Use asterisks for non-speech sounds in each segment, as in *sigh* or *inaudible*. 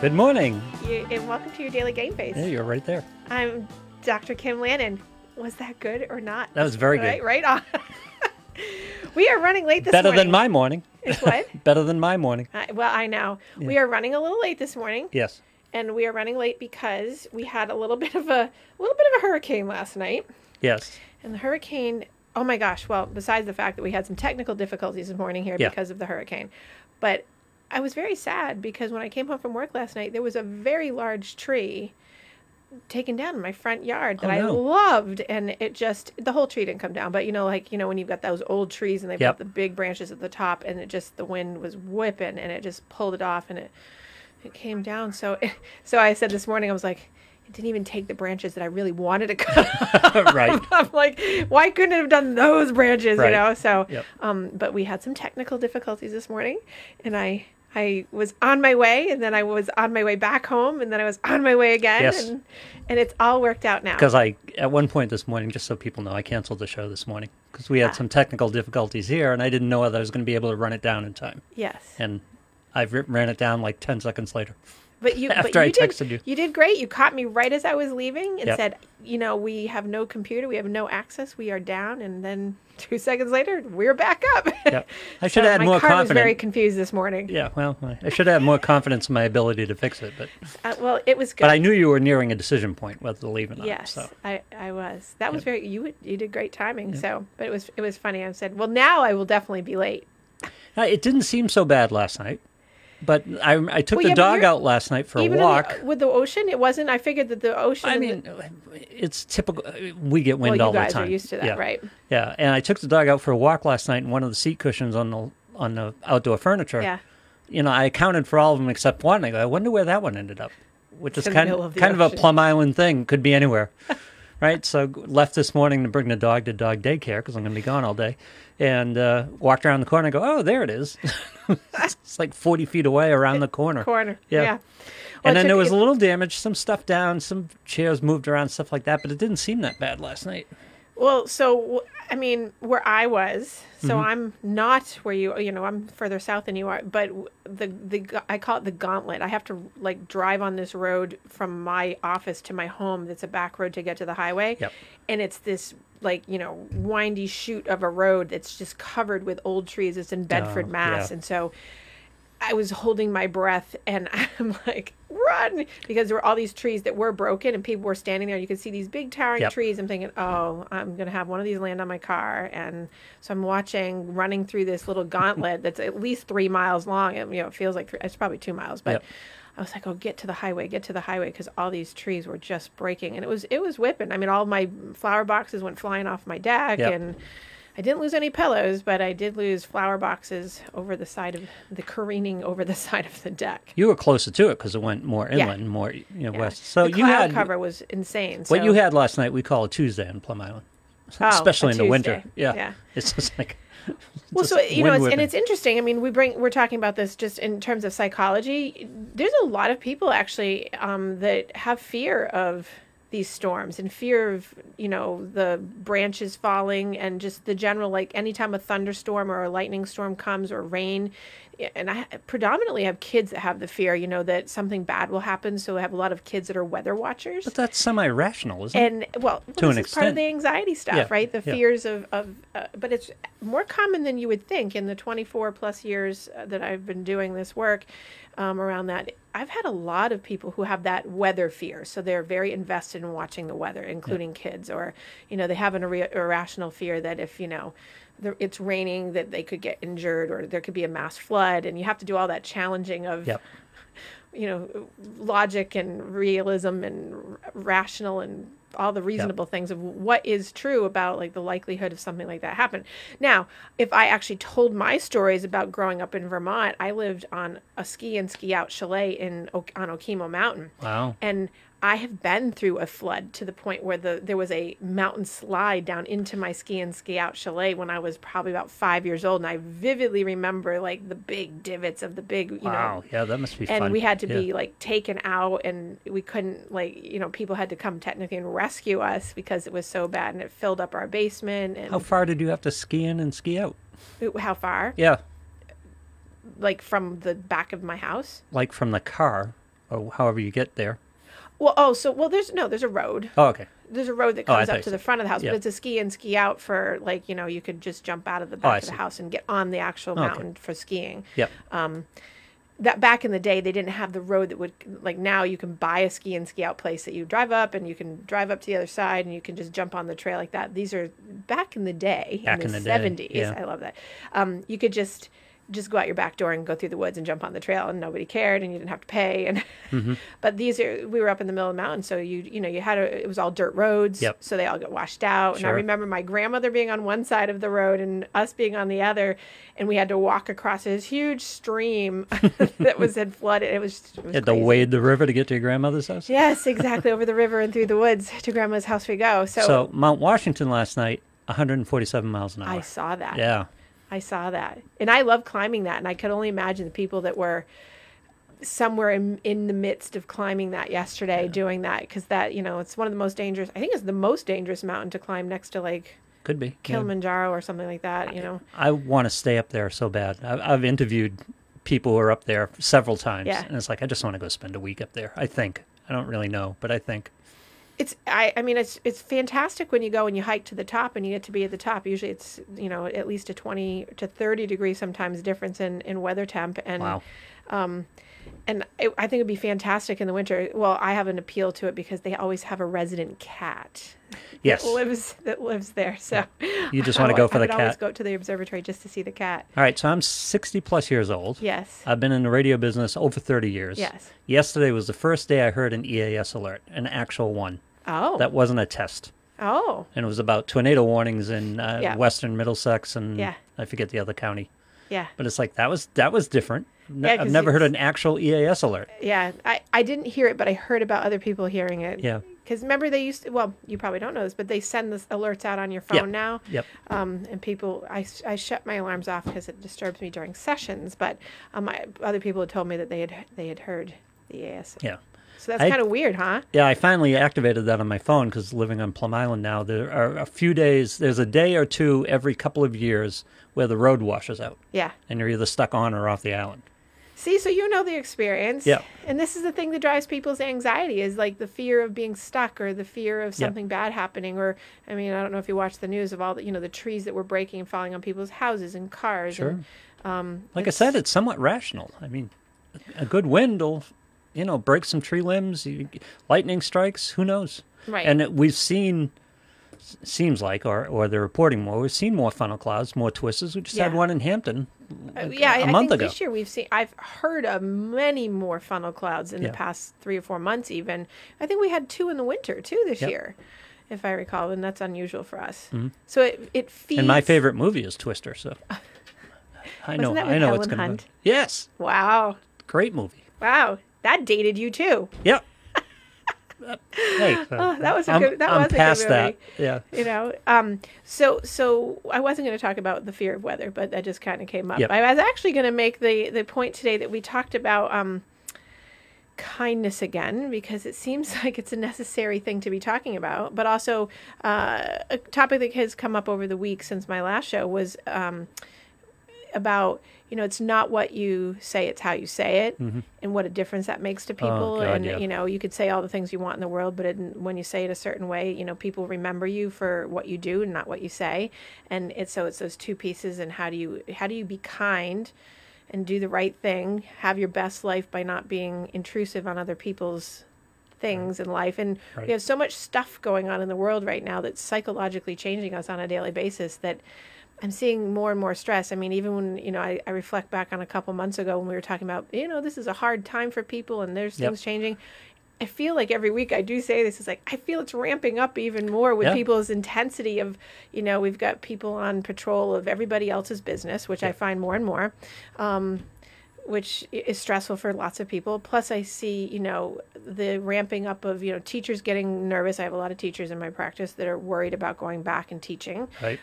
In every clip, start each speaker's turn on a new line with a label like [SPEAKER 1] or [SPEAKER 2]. [SPEAKER 1] Good morning.
[SPEAKER 2] You, and welcome to your daily game face.
[SPEAKER 1] Yeah, you're right there.
[SPEAKER 2] I'm Dr. Kim Lannon. Was that good or not?
[SPEAKER 1] That was very good.
[SPEAKER 2] right, right on. *laughs* we are running late this
[SPEAKER 1] Better
[SPEAKER 2] morning.
[SPEAKER 1] than my
[SPEAKER 2] *laughs*
[SPEAKER 1] morning.
[SPEAKER 2] It's
[SPEAKER 1] *laughs*
[SPEAKER 2] what?
[SPEAKER 1] Better than my morning.
[SPEAKER 2] I, well, I know we are running a little late this morning,
[SPEAKER 1] Yes.
[SPEAKER 2] and we are running late because we had a little *laughs* bit of a little bit of a hurricane last night, *laughs*
[SPEAKER 1] Yes. *laughs*
[SPEAKER 2] and the hurricane. Oh my gosh! Well, besides the fact that we had some technical difficulties this morning here
[SPEAKER 1] Yeah.
[SPEAKER 2] because of the hurricane, but I was very sad because when I came home from work last night, there was a very large tree taken down in my front yard that
[SPEAKER 1] Oh, no.
[SPEAKER 2] I loved, and it just the whole tree didn't come down. But you know, like you know, when you've got those old trees and they've
[SPEAKER 1] Yep.
[SPEAKER 2] got the big branches at the top, and it just the wind was whipping, and it just pulled it off, and it it came down. So, *laughs* so I said this morning, I was like. It didn't even take the branches that I really wanted to *laughs* cut. off."
[SPEAKER 1] Right.
[SPEAKER 2] *laughs* I'm like, why couldn't it have done those branches?
[SPEAKER 1] Right.
[SPEAKER 2] You know. So,
[SPEAKER 1] Yep.
[SPEAKER 2] um, but we had some technical difficulties this morning, and I I was on my way, and then I was on my way back home, and then I was on my way again,
[SPEAKER 1] Yes.
[SPEAKER 2] and and it's all worked out now.
[SPEAKER 1] Because I, at one point this morning, just so people know, I canceled the show this morning because we
[SPEAKER 2] Ah.
[SPEAKER 1] had some technical difficulties here and I didn't know whether I was going to be able to run it down in time.
[SPEAKER 2] Yes,
[SPEAKER 1] And I ri- ran it down like 10 seconds
[SPEAKER 2] *laughs*
[SPEAKER 1] later.
[SPEAKER 2] but you but
[SPEAKER 1] *laughs* after I
[SPEAKER 2] you did-
[SPEAKER 1] texted you.
[SPEAKER 2] you did great. You caught me right as I was leaving and
[SPEAKER 1] Yep.
[SPEAKER 2] said, you know, we have no computer, we have no access, we are down, and then *laughs* two seconds later, we're back up.
[SPEAKER 1] Yep.
[SPEAKER 2] *laughs*
[SPEAKER 1] I should add
[SPEAKER 2] my
[SPEAKER 1] more
[SPEAKER 2] car was very
[SPEAKER 1] confidence.
[SPEAKER 2] confused this morning.
[SPEAKER 1] Yeah, well, I- I should add more confidence in my ability to fix it, but
[SPEAKER 2] Uh, well, it was good.
[SPEAKER 1] but I knew you were nearing a decision point whether to leave or not.
[SPEAKER 2] Yes,
[SPEAKER 1] So
[SPEAKER 2] I, I was. That was very you you did great timing. So, but it was it was funny. I said, well, now I will definitely be late.
[SPEAKER 1] Uh, it didn't seem so bad last night, but I, I took
[SPEAKER 2] Well,
[SPEAKER 1] the
[SPEAKER 2] yeah, but
[SPEAKER 1] dog
[SPEAKER 2] you're-
[SPEAKER 1] out last night for a
[SPEAKER 2] Even in the-
[SPEAKER 1] walk.
[SPEAKER 2] with the ocean, it wasn't. I figured that the ocean.
[SPEAKER 1] I
[SPEAKER 2] and the-
[SPEAKER 1] mean, it's typical. uh, We get
[SPEAKER 2] well,
[SPEAKER 1] wind
[SPEAKER 2] you
[SPEAKER 1] all
[SPEAKER 2] guys
[SPEAKER 1] the time.
[SPEAKER 2] are used to that,
[SPEAKER 1] yeah.
[SPEAKER 2] right?
[SPEAKER 1] Yeah, and I took the dog out for a walk last night, and one of the seat cushions on the on the outdoor furniture.
[SPEAKER 2] Yeah.
[SPEAKER 1] You know, I accounted for all of them except one. I go, I wonder where that one ended up, which is
[SPEAKER 2] in the
[SPEAKER 1] kind
[SPEAKER 2] middle
[SPEAKER 1] of,
[SPEAKER 2] of the
[SPEAKER 1] kind of a
[SPEAKER 2] ocean.
[SPEAKER 1] Plum Island thing. Could be anywhere, *laughs* right? So g- left this morning to bring the dog to dog daycare because I'm going to be gone all day, and uh, walked around the corner. and Go, oh, there it is. *laughs* it's like 40 feet away around the corner.
[SPEAKER 2] Corner.
[SPEAKER 1] Yeah.
[SPEAKER 2] Yeah.
[SPEAKER 1] and then
[SPEAKER 2] it
[SPEAKER 1] there
[SPEAKER 2] took-
[SPEAKER 1] was a
[SPEAKER 2] it-
[SPEAKER 1] little damage, some stuff down, some chairs moved around, stuff like that. But it didn't seem that bad last night.
[SPEAKER 2] Well, so I mean, where I was, so
[SPEAKER 1] Mm-hmm.
[SPEAKER 2] I'm not where you. You know, I'm further south than you are. But the the I call it the gauntlet. I have to like drive on this road from my office to my home. That's a back road to get to the highway.
[SPEAKER 1] Yep.
[SPEAKER 2] And it's this like you know windy chute of a road that's just covered with old trees. It's in Bedford,
[SPEAKER 1] Oh,
[SPEAKER 2] Mass,
[SPEAKER 1] yeah.
[SPEAKER 2] and so. I was holding my breath and *laughs* I'm like, run! Because there were all these trees that were broken and people were standing there. You could see these big towering
[SPEAKER 1] Yep.
[SPEAKER 2] trees. I'm thinking, oh, I'm going to have one of these land on my car. And so I'm watching running through this little gauntlet that's at least three miles long. And, you know, it feels like three, it's probably two miles, but.
[SPEAKER 1] Yep.
[SPEAKER 2] I was like, "Oh, get to the highway, get to the highway," because all these trees were just breaking, and it was it was whipping. I mean, all my flower boxes went flying off my deck,
[SPEAKER 1] Yep.
[SPEAKER 2] and I didn't lose any pillows, but I did lose flower boxes over the side of the careening over the *laughs* side of the deck.
[SPEAKER 1] You were closer to it because it went more inland, more you know west. So
[SPEAKER 2] the
[SPEAKER 1] you
[SPEAKER 2] cloud
[SPEAKER 1] had
[SPEAKER 2] cover was insane.
[SPEAKER 1] what
[SPEAKER 2] so-
[SPEAKER 1] you had last night. We call a Tuesday in Plum Island, *laughs*
[SPEAKER 2] Oh, a
[SPEAKER 1] especially in the winter.
[SPEAKER 2] Tuesday.
[SPEAKER 1] Yeah.
[SPEAKER 2] Yeah.
[SPEAKER 1] *laughs* it's just like
[SPEAKER 2] well,
[SPEAKER 1] just
[SPEAKER 2] so you know,
[SPEAKER 1] wind
[SPEAKER 2] it's,
[SPEAKER 1] whipping.
[SPEAKER 2] and it's interesting. I mean, we bring we're talking about this just in terms of psychology. There's a lot of people actually um, that have fear of these storms and fear of you know the branches falling and just the general like anytime a thunderstorm or a lightning storm comes or rain and i predominantly have kids that have the fear you know that something bad will happen so i have a lot of kids that are weather watchers
[SPEAKER 1] but that's semi-rational, isn't it?
[SPEAKER 2] and well,
[SPEAKER 1] To
[SPEAKER 2] this
[SPEAKER 1] an
[SPEAKER 2] is part
[SPEAKER 1] extent.
[SPEAKER 2] of the anxiety stuff,
[SPEAKER 1] Yeah,
[SPEAKER 2] right? The
[SPEAKER 1] yeah.
[SPEAKER 2] fears of of, uh, but it's more common than you would think. In the twenty four plus years uh, that I've been doing this work um, around that, I've had a lot of people who have that weather fear. So they're very invested in watching the weather, including kids, or you know, they have an irra- irrational fear that if you know. there- It's raining that they could get injured, or there could be a mass flood, and you have to do all that challenging of
[SPEAKER 1] Yep.
[SPEAKER 2] you know logic and realism and r- rational and all the reasonable things of what is true about like the likelihood of something like that happen. Now, if I actually told my stories about growing up in Vermont, I lived on a ski and ski out chalet in O- on Okemo Mountain.
[SPEAKER 1] Wow.
[SPEAKER 2] And I have been through a flood to the point where the there was a mountain slide down into my ski and ski out chalet when I was probably about 5 years old and I vividly remember like the big divots of the big, you know,
[SPEAKER 1] wow. yeah, that must be
[SPEAKER 2] and
[SPEAKER 1] fun.
[SPEAKER 2] we had to
[SPEAKER 1] Yeah.
[SPEAKER 2] be like taken out and we couldn't like you know people had to come technically and rescue us because it was so bad and it filled up our basement and
[SPEAKER 1] How far did you have to ski in and ski out?
[SPEAKER 2] Ooh, how far
[SPEAKER 1] Yeah,
[SPEAKER 2] like from the back of my house
[SPEAKER 1] like from the car or however you get there.
[SPEAKER 2] Well, oh, so well, there's no, there's a road.
[SPEAKER 1] Oh, okay.
[SPEAKER 2] There's a road that
[SPEAKER 1] Oh, I
[SPEAKER 2] comes up
[SPEAKER 1] thought
[SPEAKER 2] to
[SPEAKER 1] you
[SPEAKER 2] the front of the house,
[SPEAKER 1] yeah.
[SPEAKER 2] but it's a ski in, ski out for like you know you could just jump out of the
[SPEAKER 1] Oh, I
[SPEAKER 2] back of the
[SPEAKER 1] see. Oh,
[SPEAKER 2] house and get on the actual
[SPEAKER 1] Okay.
[SPEAKER 2] mountain for skiing.
[SPEAKER 1] Yep.
[SPEAKER 2] That back in the day, they didn't have the road that would like now you can buy a ski in, ski out place that you drive up and you can drive up to the other side and you can just jump on the trail like that. These are back in the day
[SPEAKER 1] Back in
[SPEAKER 2] the
[SPEAKER 1] the day,
[SPEAKER 2] seventies.
[SPEAKER 1] yeah.
[SPEAKER 2] I love that. Um, you could just just go out your back door and go through the woods and jump on the trail and nobody cared and you didn't have to pay and *laughs*
[SPEAKER 1] Mm-hmm.
[SPEAKER 2] but these are we were up in the middle of the mountain so you you know you had a it was all dirt roads
[SPEAKER 1] Yep.
[SPEAKER 2] so they all got washed out and i
[SPEAKER 1] Sure.
[SPEAKER 2] remember my grandmother being on one side of the road and us being on the other and we had to walk across this huge stream *laughs* that was had flooded it was, it was
[SPEAKER 1] you had to
[SPEAKER 2] crazy.
[SPEAKER 1] wade the river to get to your grandmother's house.
[SPEAKER 2] yes exactly over the river and through the woods to grandma's house we go so,
[SPEAKER 1] So Mount Washington last night, 147 miles an hour.
[SPEAKER 2] i saw that
[SPEAKER 1] Yeah.
[SPEAKER 2] I saw that. And I love climbing that. And I could only imagine the people that were somewhere in, in the midst of climbing that yesterday doing that because that, you know, it's one of the most dangerous, I think it's the most dangerous mountain to climb next to like
[SPEAKER 1] Could be. Yeah.
[SPEAKER 2] Kilimanjaro or something like that, you know.
[SPEAKER 1] I want to stay up there so bad. I, I've interviewed people who are up there several times,
[SPEAKER 2] Yeah.
[SPEAKER 1] and it's like I just want to go spend a week up there. I think I don't really know, but I think
[SPEAKER 2] It's I, I mean it's it's fantastic when you go and you hike to the top and you get to be at the top. Usually it's you know at least a twenty to thirty degree sometimes difference in, in weather temp and *laughs*
[SPEAKER 1] wow,
[SPEAKER 2] and I I think it'd be fantastic in the winter. Well, I have an appeal to it because they always have a resident cat
[SPEAKER 1] yes.
[SPEAKER 2] that lives that lives there. So
[SPEAKER 1] You just wanna
[SPEAKER 2] *laughs* I-
[SPEAKER 1] go for
[SPEAKER 2] I
[SPEAKER 1] the
[SPEAKER 2] would Always
[SPEAKER 1] cat.
[SPEAKER 2] go to the observatory just to see the cat.
[SPEAKER 1] All right, so I'm 60 plus years old.
[SPEAKER 2] Yes.
[SPEAKER 1] I've been in the radio business over 30 years.
[SPEAKER 2] Yes.
[SPEAKER 1] Yesterday was the first day I heard an EAS alert, an actual one.
[SPEAKER 2] Oh.
[SPEAKER 1] That wasn't a test.
[SPEAKER 2] oh.
[SPEAKER 1] And it was about tornado warnings in uh,
[SPEAKER 2] Yeah.
[SPEAKER 1] western Middlesex and
[SPEAKER 2] Yeah.
[SPEAKER 1] I forget the other county.
[SPEAKER 2] Yeah.
[SPEAKER 1] But it's like that was that was different. N-
[SPEAKER 2] Yeah,
[SPEAKER 1] I've
[SPEAKER 2] 'cause
[SPEAKER 1] never heard
[SPEAKER 2] it's-
[SPEAKER 1] an actual EAS alert.
[SPEAKER 2] Yeah. I I didn't hear it, but I heard about other people hearing it.
[SPEAKER 1] Yeah.
[SPEAKER 2] Because remember they used to, well, you probably don't know this, but they send this alerts out on your phone
[SPEAKER 1] Yeah.
[SPEAKER 2] now.
[SPEAKER 1] Yep.
[SPEAKER 2] Um, and people, I, s- I shut my alarms off because it disturbs me during sessions. But um, I, other people had told me that they had they had heard the AS.
[SPEAKER 1] Yeah.
[SPEAKER 2] So that's
[SPEAKER 1] I-
[SPEAKER 2] kind of weird, huh?
[SPEAKER 1] Yeah, I finally activated that on my phone because living on Plum Island now, there are a few days, there's a day or two every couple of years where the road washes out
[SPEAKER 2] Yeah.
[SPEAKER 1] and you're either stuck on or off the island.
[SPEAKER 2] See, so you know the experience.
[SPEAKER 1] Yeah.
[SPEAKER 2] And this is the thing that drives people's anxiety is like the fear of being stuck or the fear of
[SPEAKER 1] Yeah.
[SPEAKER 2] something bad happening. Or, I mean, I don't know if you watch the news of all the, you know, the trees that were breaking and falling on people's houses and cars.
[SPEAKER 1] Sure.
[SPEAKER 2] And, um,
[SPEAKER 1] Like I said, it's somewhat rational. I mean, a good wind will, you know, break some tree limbs. You, lightning strikes. Who knows?
[SPEAKER 2] Right.
[SPEAKER 1] And it, we've seen, s- seems like, or or they're reporting more. We've seen more funnel clouds, more twisters. We just had
[SPEAKER 2] Yeah.
[SPEAKER 1] one in Hampton.
[SPEAKER 2] Uh,
[SPEAKER 1] like,
[SPEAKER 2] yeah, I
[SPEAKER 1] a
[SPEAKER 2] I
[SPEAKER 1] month
[SPEAKER 2] think
[SPEAKER 1] ago.
[SPEAKER 2] this year we've seen. I've heard of many more funnel clouds in
[SPEAKER 1] Yeah.
[SPEAKER 2] the past three or four months. Even I think we had two in the winter too this
[SPEAKER 1] Yep. Mm-hmm.
[SPEAKER 2] year, if I recall, and that's unusual for us. So it it feeds.
[SPEAKER 1] And my favorite movie is Twister.
[SPEAKER 2] *laughs*
[SPEAKER 1] So I know,
[SPEAKER 2] Wasn't that
[SPEAKER 1] I
[SPEAKER 2] with
[SPEAKER 1] know it's
[SPEAKER 2] Helen
[SPEAKER 1] going to.
[SPEAKER 2] Hunt?
[SPEAKER 1] Yes,
[SPEAKER 2] Wow,
[SPEAKER 1] great movie.
[SPEAKER 2] wow, that dated you too.
[SPEAKER 1] Yeah.
[SPEAKER 2] *laughs*
[SPEAKER 1] Uh, hey,
[SPEAKER 2] Oh, that was a
[SPEAKER 1] I'm,
[SPEAKER 2] good. That
[SPEAKER 1] I'm
[SPEAKER 2] was a
[SPEAKER 1] past
[SPEAKER 2] good
[SPEAKER 1] that.
[SPEAKER 2] movie.
[SPEAKER 1] Yeah.
[SPEAKER 2] You know, um, so so I wasn't going to talk about the fear of weather, but that just kind of came up.
[SPEAKER 1] Yep.
[SPEAKER 2] I was actually going to make the the point today that we talked about um, kindness again because it seems *laughs* like it's a necessary thing to be talking about, but also uh, a topic that has come up over the week since my last show was. Um, about you know it's not what you say it's how you say it and what a difference that makes to people
[SPEAKER 1] Mm-hmm. Oh, God,
[SPEAKER 2] and
[SPEAKER 1] yeah.
[SPEAKER 2] you know you could say all the things you want in the world but it, when you say it a certain way you know people remember you for what you do and not what you say and it's so it's those two pieces and how do you how do you be kind and do the right thing have your best life by not being intrusive on other people's things in life and
[SPEAKER 1] Right.
[SPEAKER 2] we have so much stuff going on in the world right now that's psychologically changing us on a daily basis that i'm seeing more and more stress i mean even when you know i, I reflect back on a couple months ago when we were talking about you know this is a hard time for people and there's
[SPEAKER 1] Yep.
[SPEAKER 2] things changing i feel like every week i do say this is like i feel it's ramping up even more with
[SPEAKER 1] Yeah.
[SPEAKER 2] people's intensity of you know we've got people on patrol of everybody else's business which i find more and more which i- is stressful for lots of people. Plus, I see, you know, the ramping up of, you know, teachers getting nervous. I have a lot of teachers in my practice that are worried about going back and teaching.
[SPEAKER 1] Right.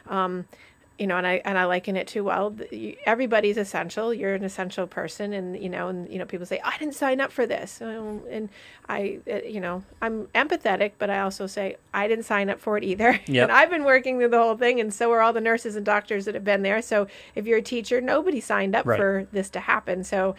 [SPEAKER 2] You know, and I and I liken it to well, th- you- everybody's essential. You're an essential person, and you know, and you know, people say I didn't sign up for this, Um, and I, uh, you know, I'm empathetic, but I also say I didn't sign up for it either. *laughs*
[SPEAKER 1] Yep.
[SPEAKER 2] and I've been working through the whole thing, and so are all the nurses and doctors that have been there. So um, if you're a teacher, nobody signed up
[SPEAKER 1] Right.
[SPEAKER 2] for this to happen. So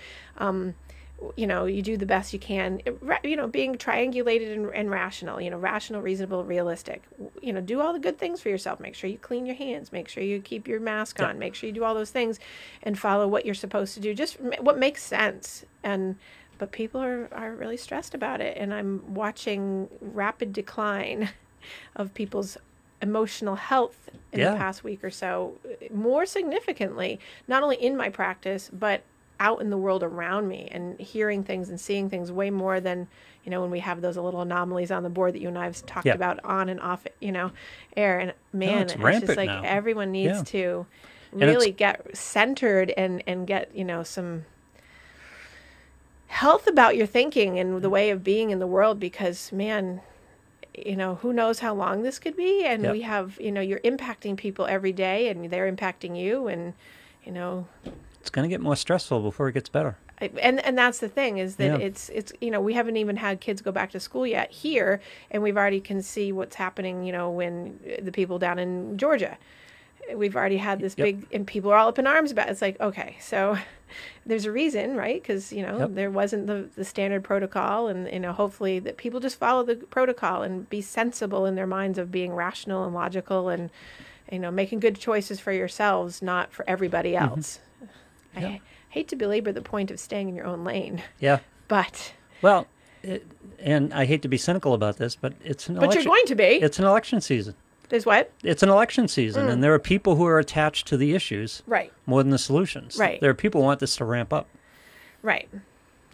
[SPEAKER 2] you know you do the best you can It- ra- you know being triangulated and, and rational you know rational reasonable realistic you know do all the good things for yourself make sure you clean your hands make sure you keep your mask on make sure you do all those things and follow what you're supposed to do just m- what makes sense and but people are, are really stressed about it and i'm watching rapid decline *laughs* of people's emotional health in
[SPEAKER 1] Yeah.
[SPEAKER 2] the past week or so more significantly not only in my practice but out in the world around me and hearing things and seeing things way more than you know when we have those little anomalies on the board that you and I've talked
[SPEAKER 1] Yeah.
[SPEAKER 2] about on and off you know air and man
[SPEAKER 1] it's
[SPEAKER 2] just
[SPEAKER 1] rampant
[SPEAKER 2] like
[SPEAKER 1] now.
[SPEAKER 2] everyone needs
[SPEAKER 1] Yeah.
[SPEAKER 2] to
[SPEAKER 1] it's-
[SPEAKER 2] really get centered and and get you know some health about your thinking and the way of being in the world because man you know who knows how long this could be and
[SPEAKER 1] Yep.
[SPEAKER 2] we have you know you're impacting people every day and they're impacting you and you know
[SPEAKER 1] It's going to get more stressful before it gets better.
[SPEAKER 2] I- and and that's the thing is that
[SPEAKER 1] Yeah.
[SPEAKER 2] it's it's you know we haven't even had kids go back to school yet here and we've already can see what's happening you know when uh, the people down in Georgia we've already had this
[SPEAKER 1] Yep.
[SPEAKER 2] big and people are all up in arms about it. it's like okay so *laughs* there's a reason right because you know
[SPEAKER 1] Yep.
[SPEAKER 2] there wasn't the, the standard protocol and you know hopefully that people just follow the protocol and be sensible in their minds of being rational and logical and you know making good choices for yourselves not for everybody
[SPEAKER 1] Mm-hmm.
[SPEAKER 2] else
[SPEAKER 1] Yeah.
[SPEAKER 2] I hate to belabor the point of staying in your own lane, *laughs*
[SPEAKER 1] Yeah.
[SPEAKER 2] but
[SPEAKER 1] Well, it, and I hate to be cynical about this, but it's an
[SPEAKER 2] but
[SPEAKER 1] election.
[SPEAKER 2] you're going to be. Mm.
[SPEAKER 1] it's an election season.
[SPEAKER 2] There's what?
[SPEAKER 1] It's an election season, and there are people who are attached to the issues
[SPEAKER 2] Right,
[SPEAKER 1] more than the solutions.
[SPEAKER 2] Right.
[SPEAKER 1] There are people who want this to ramp up.
[SPEAKER 2] right.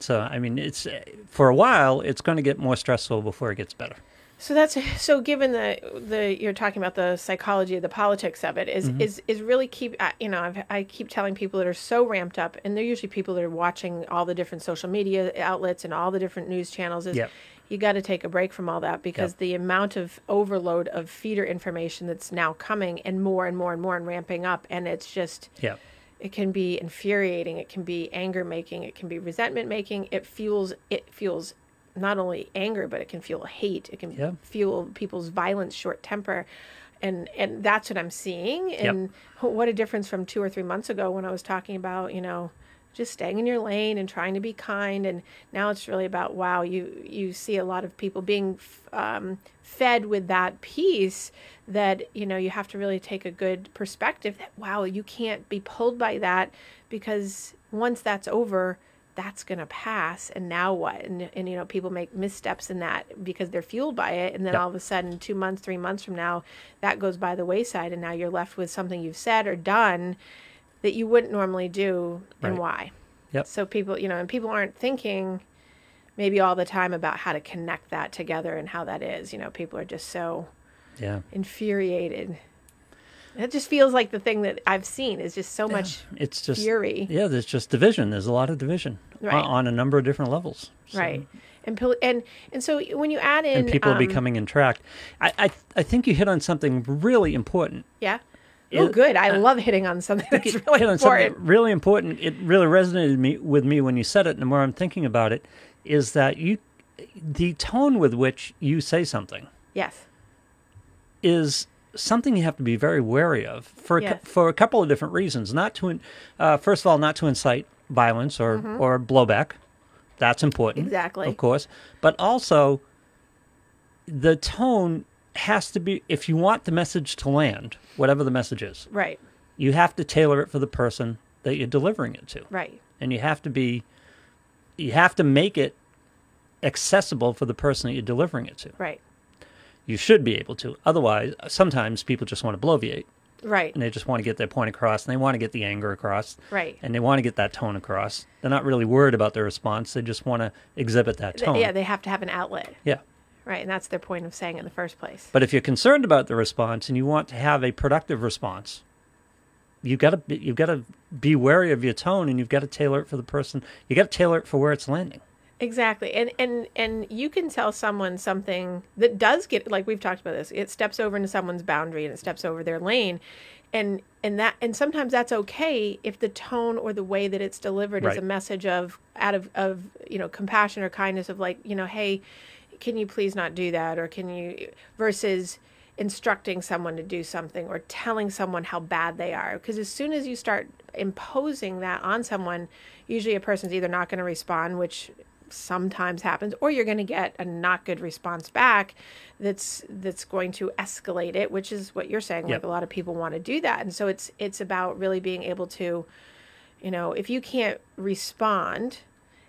[SPEAKER 1] So I mean, it's eh, for a while, it's going to get more stressful before it gets better.
[SPEAKER 2] So that's so. Given the the you're talking about the psychology, the politics of it
[SPEAKER 1] Mm-hmm.
[SPEAKER 2] is- is is really keep. I- You know, I've, I keep telling people that are so ramped up, and they're usually people that are watching all the different social media outlets and all the different news channels. Is
[SPEAKER 1] Yep.
[SPEAKER 2] you got to take a break from all that because
[SPEAKER 1] Yep.
[SPEAKER 2] the amount of overload of feeder information that's now coming and more and more and more and ramping up, and it's just
[SPEAKER 1] Yeah.
[SPEAKER 2] it can be infuriating it can be anger making it can be resentment making it fuels it fuels not only anger but it can fuel hate it can
[SPEAKER 1] Yeah.
[SPEAKER 2] fuel people's violence short temper and and that's what i'm seeing and what a difference from 2 or 3 months ago when i was talking about you know just staying in your lane and trying to be kind and now it's really about wow you you see a lot of people being f- um, fed with that piece that you know you have to really take a good perspective that wow you can't be pulled by that because once that's over that's going to pass and now what and, and you know people make missteps in that because they're fueled by it and then
[SPEAKER 1] Yep.
[SPEAKER 2] all of a sudden two months three months from now that goes by the wayside and now you're left with something you've said or done that you wouldn't normally do and
[SPEAKER 1] Right.
[SPEAKER 2] why
[SPEAKER 1] Yep.
[SPEAKER 2] so people you know and people aren't thinking maybe all the time about how to connect that together and how that is you know people are just so
[SPEAKER 1] Yeah.
[SPEAKER 2] infuriated it just feels like the thing that i've seen is just so much
[SPEAKER 1] It's just
[SPEAKER 2] fury
[SPEAKER 1] Yeah, there's just division. There's a lot of division o-
[SPEAKER 2] Right.
[SPEAKER 1] on, a number of different levels. So-
[SPEAKER 2] right and pol- and and so when you add in
[SPEAKER 1] And people
[SPEAKER 2] um,
[SPEAKER 1] are becoming entrapped. I, I I think you hit on something really important.
[SPEAKER 2] yeah oh
[SPEAKER 1] It-
[SPEAKER 2] good i love hitting on something that's
[SPEAKER 1] You
[SPEAKER 2] really
[SPEAKER 1] Uh, hit on something
[SPEAKER 2] important
[SPEAKER 1] really important. It really resonated me with me when you said it, and the more I'm thinking about it, is that you the tone with which you say something
[SPEAKER 2] yes
[SPEAKER 1] is something you have to be very wary of for a, cou-
[SPEAKER 2] Yes.
[SPEAKER 1] for a couple of different reasons. Not to, in, uh, first of all, not to incite violence or or blowback. That's important,
[SPEAKER 2] Mm-hmm. Exactly.
[SPEAKER 1] of course. But also, the tone has to be if you want the message to land, whatever the message is,
[SPEAKER 2] right
[SPEAKER 1] you have to tailor it for the person that you're delivering it to,
[SPEAKER 2] right
[SPEAKER 1] and you have to be, you have to make it accessible for the person that you're delivering it to
[SPEAKER 2] right
[SPEAKER 1] you should be able to. Otherwise, sometimes people just want to bloviate
[SPEAKER 2] right
[SPEAKER 1] and they just want to get their point across and they want to get the anger across
[SPEAKER 2] right
[SPEAKER 1] and they want to get that tone across. They're not really worried about their response. They just want to exhibit that tone.
[SPEAKER 2] yeah they have to have an outlet
[SPEAKER 1] Yeah.
[SPEAKER 2] right and that's their point of saying it in the first place
[SPEAKER 1] But if you're concerned about the response and you want to have a productive response, you've got to be, you've got to be wary of your tone and you've got to tailor it for the person. You got to tailor it for where it's landing.
[SPEAKER 2] Exactly. And and and you can tell someone something that does get like we've talked about this. It steps over into someone's boundary and it steps over their lane. And and that and sometimes that's okay if the tone or the way that it's delivered is
[SPEAKER 1] Right.
[SPEAKER 2] a message of out of of, you know, compassion or kindness of like, you know, hey, can you please not do that or can you versus instructing someone to do something or telling someone how bad they are. Because as soon as you start imposing that on someone, usually a person's either not going to respond, which sometimes happens or you're going to get a not good response back that's that's going to escalate it which is what you're saying
[SPEAKER 1] Yep.
[SPEAKER 2] like a lot of people want to do that and so it's it's about really being able to you know if you can't respond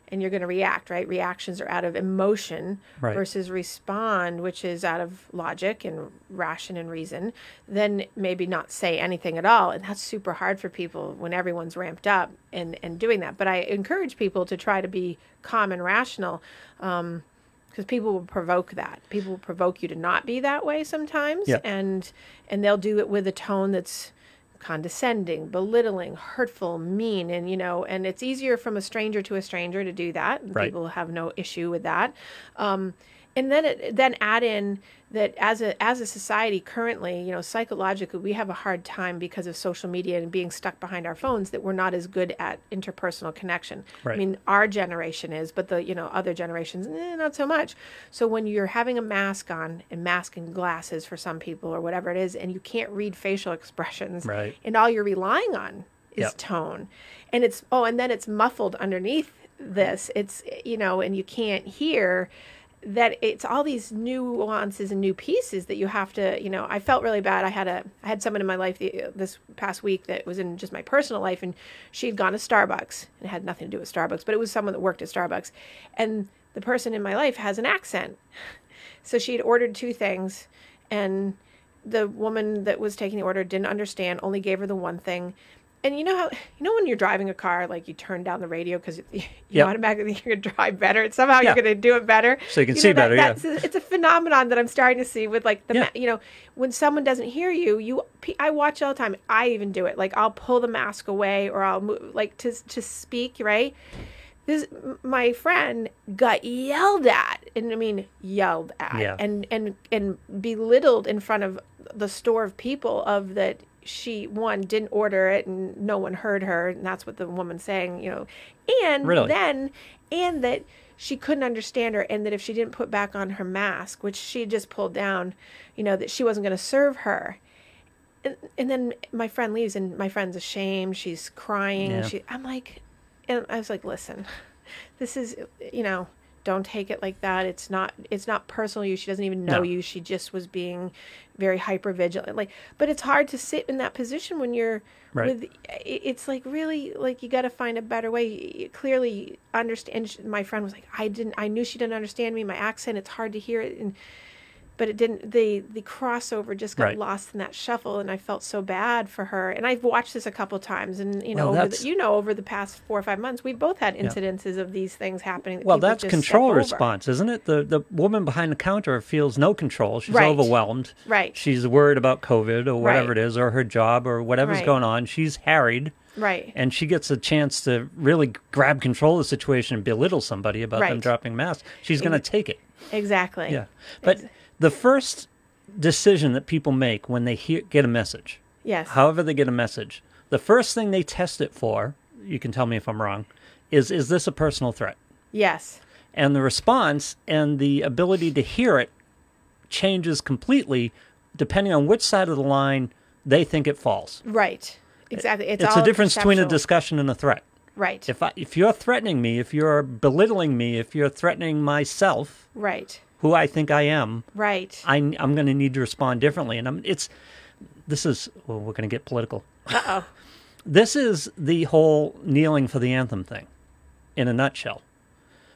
[SPEAKER 2] and you're going to react right reactions are out of emotion
[SPEAKER 1] Right.
[SPEAKER 2] versus respond which is out of logic and ration and reason then maybe not say anything at all and that's super hard for people when everyone's ramped up and and doing that but i encourage people to try to be calm and rational because people will provoke that. People will provoke you to not be that way sometimes,
[SPEAKER 1] Yeah.
[SPEAKER 2] and and they'll do it with a tone that's condescending, belittling, hurtful, mean, and you know, and it's easier from a stranger to a stranger to do that. and
[SPEAKER 1] Right.
[SPEAKER 2] People have no issue with that. Um, and then it, then add in that as a as a society currently, you know, psychologically we have a hard time because of social media and being stuck behind our phones that we're not as good at interpersonal connection.
[SPEAKER 1] Right.
[SPEAKER 2] I mean, our generation is, but the you know other generations eh, not so much. So when you're having a mask on and mask and glasses for some people or whatever it is, and you can't read facial *laughs* expressions,
[SPEAKER 1] Right.
[SPEAKER 2] and all you're relying on is
[SPEAKER 1] Yep.
[SPEAKER 2] tone, and it's oh, and then it's muffled underneath this. It's you know, and you can't hear that it's all these nuances and new pieces that you have to you know i felt really bad i had a i had someone in my life the, this past week that was in just my personal life and she had gone to starbucks and it had nothing to do with starbucks but it was someone that worked at starbucks and the person in my life has an accent *laughs* so she had ordered two things and the woman that was taking the order didn't understand only gave her the one thing and you know how you know when you're driving a car like you turn down the radio because *laughs* you
[SPEAKER 1] Yep.
[SPEAKER 2] automatically *laughs* think you're going to drive better and somehow
[SPEAKER 1] Yeah.
[SPEAKER 2] you're going to do it better
[SPEAKER 1] So you can see better, yeah.
[SPEAKER 2] that's a- it's a phenomenon that I'm starting to see with like the
[SPEAKER 1] Yeah.
[SPEAKER 2] ma- you know when someone doesn't hear you, you pe- I watch all the time. I even do it. Like I'll pull the mask away or I'll move like to to speak right. This m- my friend got yelled at, and I mean yelled at,
[SPEAKER 1] Yeah.
[SPEAKER 2] and and and belittled in front of the store of people of that she one didn't order it and no one heard her, and that's what the woman's saying, you know, and
[SPEAKER 1] Really?
[SPEAKER 2] then and that she couldn't understand her and that if she didn't put back on her mask which she had just pulled down you know that she wasn't going to serve her and, and then my friend leaves and my friend's ashamed she's crying
[SPEAKER 1] Yeah.
[SPEAKER 2] she i'm like and i was like listen this is you know don't take it like that it's not it's not personal you she doesn't even know
[SPEAKER 1] No.
[SPEAKER 2] you she just was being very hyper vigilant like but it's hard to sit in that position when you're
[SPEAKER 1] Right.
[SPEAKER 2] with i- it's like really like you got to find a better way clearly understand sh- my friend was like i didn't i knew she didn't understand me my accent it's hard to hear it and but it didn't the the crossover just got
[SPEAKER 1] Right.
[SPEAKER 2] lost in that shuffle and i felt so bad for her and i've watched this a couple times and you know
[SPEAKER 1] Well,
[SPEAKER 2] over
[SPEAKER 1] that's-
[SPEAKER 2] the, you know over the past four or five months we've both had incidences of these things happening that
[SPEAKER 1] Well,
[SPEAKER 2] people
[SPEAKER 1] that's
[SPEAKER 2] just
[SPEAKER 1] control
[SPEAKER 2] step over.
[SPEAKER 1] response, isn't it? The the woman behind the counter feels no control. She's
[SPEAKER 2] Right.
[SPEAKER 1] overwhelmed.
[SPEAKER 2] Right.
[SPEAKER 1] She's worried about COVID or whatever
[SPEAKER 2] Right.
[SPEAKER 1] it is, or her job or whatever's
[SPEAKER 2] Right.
[SPEAKER 1] going on. She's harried,
[SPEAKER 2] right
[SPEAKER 1] and she gets a chance to really grab control of the situation and belittle somebody about them
[SPEAKER 2] Right.
[SPEAKER 1] dropping masks. She's going to take it.
[SPEAKER 2] exactly
[SPEAKER 1] Yeah. But the first decision that people make when they hear, get a message,
[SPEAKER 2] yes
[SPEAKER 1] however they get a message, the first thing they test it for, you can tell me if I'm wrong, is is this a personal threat?
[SPEAKER 2] yes
[SPEAKER 1] and the response and the ability to hear it changes completely depending on which side of the line they think it falls.
[SPEAKER 2] right exactly it's,
[SPEAKER 1] It's,
[SPEAKER 2] all
[SPEAKER 1] a difference between a
[SPEAKER 2] conceptual.
[SPEAKER 1] discussion and a threat.
[SPEAKER 2] right
[SPEAKER 1] If I, if you're threatening me, if you're belittling me, if you're threatening myself,
[SPEAKER 2] right
[SPEAKER 1] who I think I am,
[SPEAKER 2] right
[SPEAKER 1] I, am going to need to respond differently. And I'm, it's this is well, we're going to get political.
[SPEAKER 2] uh-oh
[SPEAKER 1] *laughs* This is the whole kneeling for the anthem thing in a nutshell.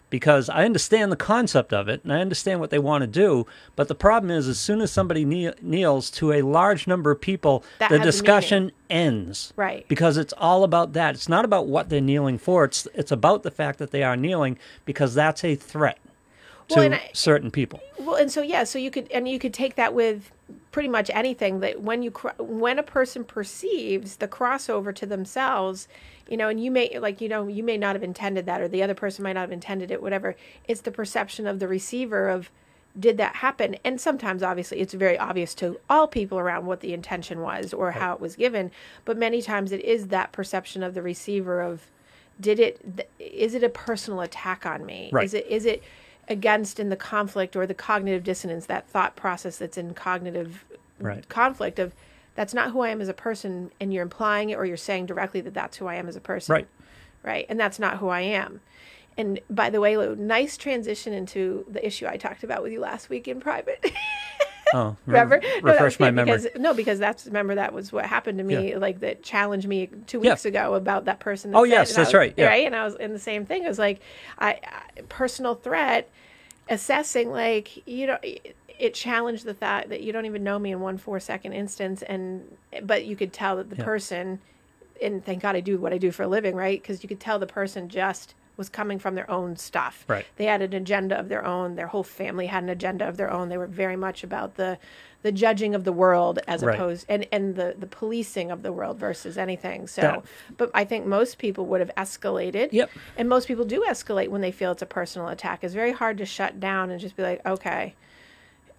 [SPEAKER 1] Because I understand the concept of it and I understand what they want to do, but the problem is as soon as somebody knee- kneels to a large number of people,
[SPEAKER 2] That
[SPEAKER 1] the
[SPEAKER 2] has a meaning.
[SPEAKER 1] discussion ends.
[SPEAKER 2] Right.
[SPEAKER 1] Because it's all about that. It's not about what they're kneeling for. It's it's about the fact that they are kneeling because that's a threat to
[SPEAKER 2] Well, and I-
[SPEAKER 1] certain people.
[SPEAKER 2] Well, and so yeah, so you could and you could take that with pretty much anything that when you cro- when a person perceives the crossover to themselves, you know, and you may like you know you may not have intended that or the other person might not have intended it, whatever. It's the perception of the receiver of did that happen? And sometimes obviously it's very obvious to all people around what the intention was or how it was given, but many times it is that perception of the receiver of did it th- is it a personal attack on me?
[SPEAKER 1] Right.
[SPEAKER 2] Is it is it against in the conflict or the cognitive dissonance that thought process that's in cognitive
[SPEAKER 1] Right.
[SPEAKER 2] conflict of that's not who I am as a person, and you're implying it or you're saying directly that that's who I am as a person.
[SPEAKER 1] Right.
[SPEAKER 2] Right. And that's not who I am. And by the way, Lou, nice transition into the issue I talked about with you last week in private. *laughs*
[SPEAKER 1] Oh, re-
[SPEAKER 2] remember? No, that
[SPEAKER 1] refresh
[SPEAKER 2] was
[SPEAKER 1] my
[SPEAKER 2] good
[SPEAKER 1] memory.
[SPEAKER 2] Because, no, because that's remember that was what happened to me. Like that challenged me two
[SPEAKER 1] Yeah.
[SPEAKER 2] weeks ago about that person. That
[SPEAKER 1] Oh,
[SPEAKER 2] said-
[SPEAKER 1] yes,
[SPEAKER 2] and I
[SPEAKER 1] that's
[SPEAKER 2] was-
[SPEAKER 1] right, yeah.
[SPEAKER 2] Right, and I was in the same thing. It was like I, I personal threat assessing. Like you know, it challenged the thought that you don't even know me in one four second instance, and but you could tell that the
[SPEAKER 1] Yeah.
[SPEAKER 2] person. And thank God I do what I do for a living, right? Because you could tell the person just was coming from their own stuff
[SPEAKER 1] Right.
[SPEAKER 2] they had an agenda of their own their whole family had an agenda of their own they were very much about the the judging of the world as
[SPEAKER 1] Right.
[SPEAKER 2] opposed and and the the policing of the world versus anything so
[SPEAKER 1] That-
[SPEAKER 2] but i think most people would have escalated
[SPEAKER 1] Yep.
[SPEAKER 2] and most people do escalate when they feel it's a personal attack it's very hard to shut down and just be like okay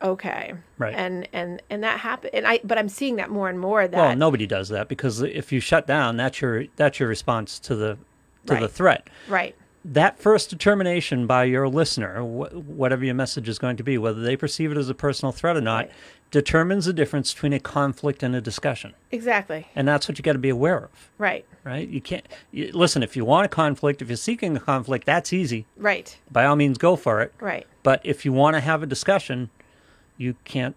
[SPEAKER 2] okay
[SPEAKER 1] Right.
[SPEAKER 2] and and and that happened and i but i'm seeing that more and more that
[SPEAKER 1] Well, nobody does that because if you shut down, that's your that's your response to the to the
[SPEAKER 2] Right.
[SPEAKER 1] threat.
[SPEAKER 2] right
[SPEAKER 1] That first determination by your listener, wh- whatever your message is going to be, whether they perceive it as a personal threat or not,
[SPEAKER 2] Right.
[SPEAKER 1] determines the difference between a conflict and a discussion.
[SPEAKER 2] exactly
[SPEAKER 1] And that's what you got to be aware of,
[SPEAKER 2] right
[SPEAKER 1] right? You can't you, listen if you want a conflict, if you're seeking a conflict, that's easy.
[SPEAKER 2] right
[SPEAKER 1] By all means, go for it.
[SPEAKER 2] right
[SPEAKER 1] But if you want to have a discussion, you can't.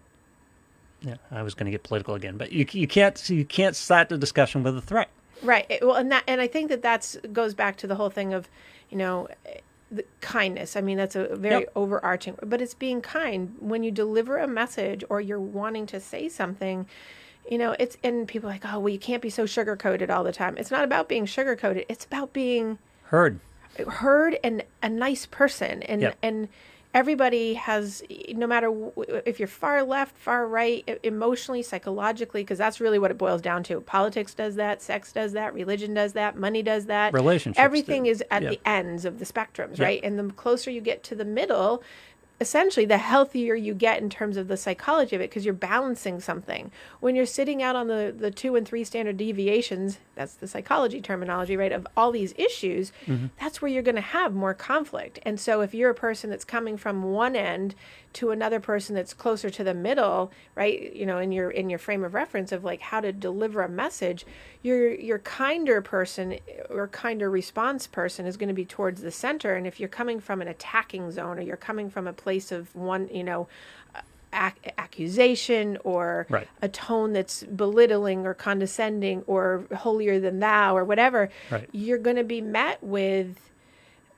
[SPEAKER 1] Yeah, I was going to get political again, but you you can't you can't start the discussion with a threat.
[SPEAKER 2] Right. It- Well, and that, and I think that that's goes back to the whole thing of, you know, eh, the kindness. I mean, that's a very
[SPEAKER 1] Yep.
[SPEAKER 2] overarching, but it's being kind when you deliver a message or you're wanting to say something. You know, it's and people are like, oh, well, you can't be so sugar coated all the time. It's not about being sugar coated. It's about being
[SPEAKER 1] Heard.
[SPEAKER 2] heard and a nice person and
[SPEAKER 1] Yep.
[SPEAKER 2] and everybody has no matter w- if you're far left far right e- emotionally psychologically because that's really what it boils down to politics does that sex does that religion does that money does that
[SPEAKER 1] Relationships
[SPEAKER 2] everything
[SPEAKER 1] do.
[SPEAKER 2] is at
[SPEAKER 1] Yeah.
[SPEAKER 2] the ends of the spectrums
[SPEAKER 1] Yeah.
[SPEAKER 2] right and the closer you get to the middle essentially the healthier you get in terms of the psychology of it because you're balancing something when you're sitting out on the the two and three standard deviations that's the psychology terminology right of all these issues
[SPEAKER 1] Mm-hmm.
[SPEAKER 2] that's where you're going to have more conflict and so if you're a person that's coming from one end to another person that's closer to the middle right you know in your in your frame of reference of like how to deliver a message your your kinder person or kinder response person is going to be towards the center and if you're coming from an attacking zone or you're coming from a place of one you know ac- accusation or
[SPEAKER 1] Right.
[SPEAKER 2] a tone that's belittling or condescending or holier than thou or whatever
[SPEAKER 1] Right.
[SPEAKER 2] you're going to be met with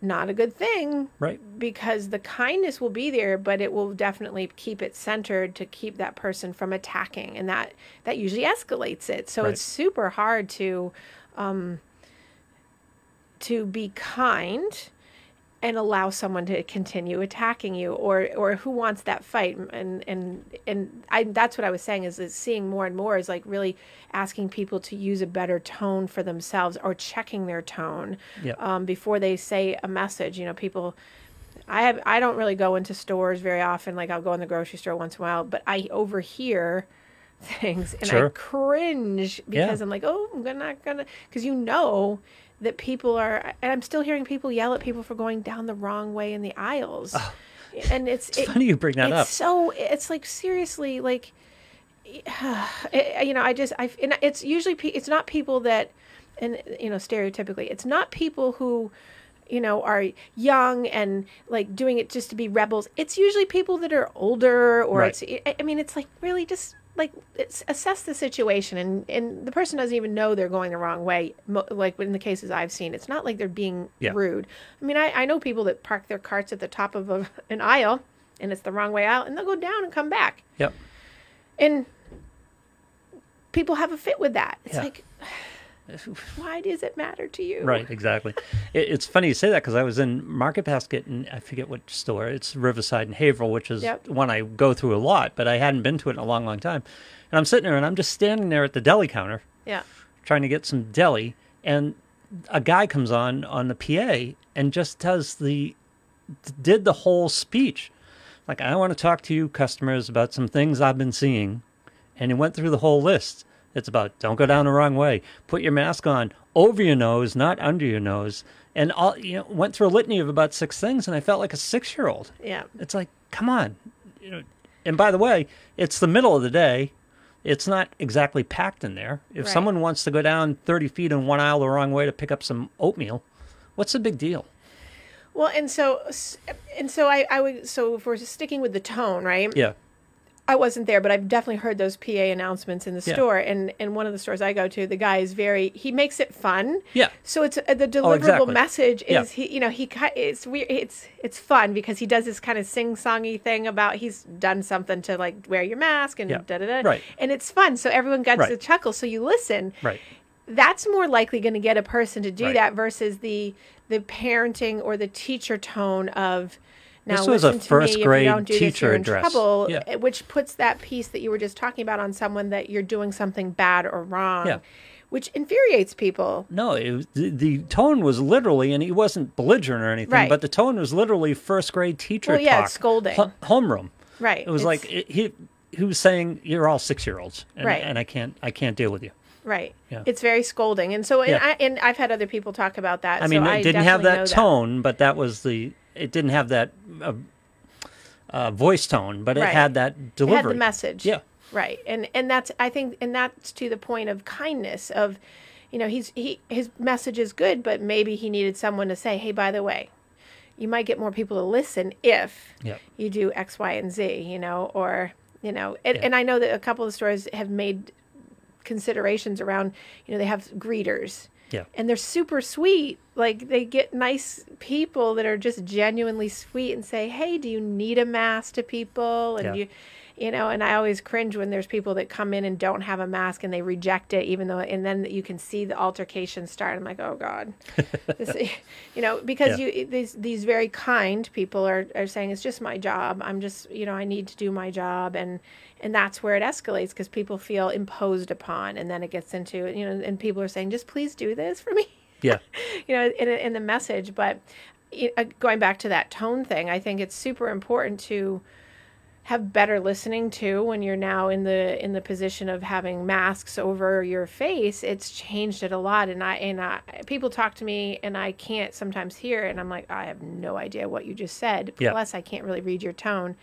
[SPEAKER 2] not a good thing
[SPEAKER 1] Right.
[SPEAKER 2] because the kindness will be there but it will definitely keep it centered to keep that person from attacking and that that usually escalates it so
[SPEAKER 1] Right.
[SPEAKER 2] it's super hard to um to be kind and allow someone to continue attacking you or or who wants that fight and and and I that's what I was saying is, is seeing more and more is like really asking people to use a better tone for themselves or checking their tone
[SPEAKER 1] Yeah.
[SPEAKER 2] um, before they say a message you know people I have I don't really go into stores very often like I'll go in the grocery store once in a while but I overhear *laughs* things and I
[SPEAKER 1] Sure.
[SPEAKER 2] cringe because I'm like oh I'm gonna- not gonna because you know that people are and I'm still hearing people yell at people for going down the wrong way in the aisles and it's it,
[SPEAKER 1] Funny you bring that
[SPEAKER 2] it's
[SPEAKER 1] up.
[SPEAKER 2] so it's like seriously like *sighs* it, you know I just I and it's usually pe- it's not people that and you know stereotypically it's not people who you know are young and like doing it just to be rebels it's usually people that are older or
[SPEAKER 1] Right.
[SPEAKER 2] it's I- I mean it's like really just like it's assess the situation and and the person doesn't even know they're going the wrong way mo- like in the cases I've seen it's not like they're being
[SPEAKER 1] Yeah.
[SPEAKER 2] rude I mean I I know people that park their carts at the top of a, an aisle and it's the wrong way out and they'll go down and come back
[SPEAKER 1] Yep.
[SPEAKER 2] and people have a fit with that. It's
[SPEAKER 1] Yeah.
[SPEAKER 2] like, *sighs* why does it matter to you?
[SPEAKER 1] Right. Exactly. it, it's funny you say that because I was in Market Basket and I forget what store. It's Riverside and Haverhill, which is
[SPEAKER 2] Yep.
[SPEAKER 1] one I go through a lot, but I hadn't been to it in a long, long time. And I'm sitting there and I'm just standing there at the deli counter
[SPEAKER 2] Yeah.
[SPEAKER 1] trying to get some deli, and a guy comes on on the PA and just does the did the whole speech. Like, I want to talk to you customers about some things I've been seeing. And he went through the whole list. It's about don't go down the wrong way, put your mask on over your nose, not under your nose. And all you know, went through a litany of about six things, and I felt like a six year old.
[SPEAKER 2] Yeah.
[SPEAKER 1] It's like, come on. You know, and by the way, it's the middle of the day. It's not exactly packed in there. If
[SPEAKER 2] Right.
[SPEAKER 1] someone wants to go down 30 feet in one aisle the wrong way to pick up some oatmeal, what's the big deal?
[SPEAKER 2] Well, and so, and so I, I would, so if we're sticking with the tone, right?
[SPEAKER 1] Yeah.
[SPEAKER 2] I wasn't there, but I've definitely heard those PA announcements in the
[SPEAKER 1] Yeah.
[SPEAKER 2] store. And and one of the stores I go to, the guy is very he makes it fun.
[SPEAKER 1] Yeah.
[SPEAKER 2] So it's uh, the deliverable
[SPEAKER 1] Oh, exactly.
[SPEAKER 2] message
[SPEAKER 1] Yeah.
[SPEAKER 2] is he you know he ki- it's weird it's it's fun because he does this kind of sing songy thing about he's done something to like wear your mask and
[SPEAKER 1] Yeah.
[SPEAKER 2] da da da
[SPEAKER 1] Right.
[SPEAKER 2] and it's fun so everyone gets
[SPEAKER 1] Right.
[SPEAKER 2] a chuckle so you listen
[SPEAKER 1] Right.
[SPEAKER 2] that's more likely going to get a person to do
[SPEAKER 1] Right.
[SPEAKER 2] that versus the the parenting or the teacher tone of now
[SPEAKER 1] This was a
[SPEAKER 2] listen to
[SPEAKER 1] first
[SPEAKER 2] me,
[SPEAKER 1] grade
[SPEAKER 2] if you don't do this,
[SPEAKER 1] teacher
[SPEAKER 2] you're in
[SPEAKER 1] address.
[SPEAKER 2] trouble,
[SPEAKER 1] Yeah.
[SPEAKER 2] eh, which puts that piece that you were just talking about on someone that you're doing something bad or wrong,
[SPEAKER 1] Yeah.
[SPEAKER 2] which infuriates people.
[SPEAKER 1] No, it, was- the, the tone was literally, and he wasn't belligerent or anything,
[SPEAKER 2] Right.
[SPEAKER 1] but the tone was literally first grade teacher
[SPEAKER 2] Well, yeah,
[SPEAKER 1] talk.
[SPEAKER 2] it's scolding.
[SPEAKER 1] Ho- homeroom.
[SPEAKER 2] Right.
[SPEAKER 1] It was
[SPEAKER 2] It's-
[SPEAKER 1] like it, he he was saying, "You're all six year olds, and,
[SPEAKER 2] Right.
[SPEAKER 1] and I can't I can't deal with you."
[SPEAKER 2] right.
[SPEAKER 1] Yeah.
[SPEAKER 2] It's very scolding, and so and,
[SPEAKER 1] Yeah.
[SPEAKER 2] I, and I've had other people talk about that.
[SPEAKER 1] I mean,
[SPEAKER 2] so
[SPEAKER 1] it didn't have
[SPEAKER 2] definitely know
[SPEAKER 1] that tone, but that was the it didn't have that uh, uh, voice tone, but
[SPEAKER 2] Right.
[SPEAKER 1] it had that
[SPEAKER 2] It
[SPEAKER 1] delivery.
[SPEAKER 2] had the message.
[SPEAKER 1] Yeah.
[SPEAKER 2] Right. And and that's I think and that's to the point of kindness of you know, he's he his message is good, but maybe he needed someone to say, "Hey, by the way, you might get more people to listen if
[SPEAKER 1] Yep.
[SPEAKER 2] you do X, Y, and Z, you know, or you know, and, and I know that a couple of stores have made considerations around, you know, they have greeters
[SPEAKER 1] Yeah.
[SPEAKER 2] and they're super sweet. Like they get nice people that are just genuinely sweet and say, "Hey, do you need a mask?" to people, and
[SPEAKER 1] Yeah.
[SPEAKER 2] you, you know. And I always cringe when there's people that come in and don't have a mask and they reject it, even though, and then you can see the altercation start. I'm like, oh god, *laughs* this, you know, because
[SPEAKER 1] Yeah.
[SPEAKER 2] you these these very kind people are are saying it's just my job. I'm just you know I need to do my job and. And that's where it escalates because people feel imposed upon, and then it gets into you know, and people are saying, "Just please do this for me."
[SPEAKER 1] Yeah.
[SPEAKER 2] you know, in, in the message. But you- uh, going back to that tone thing, I think it's super important to have better listening to when you're now in the in the position of having masks over your face. It's changed it a lot, and I and I people talk to me, and I can't sometimes hear, and I'm like, I have no idea what you just said.
[SPEAKER 1] Yeah.
[SPEAKER 2] Plus, I can't really read your tone.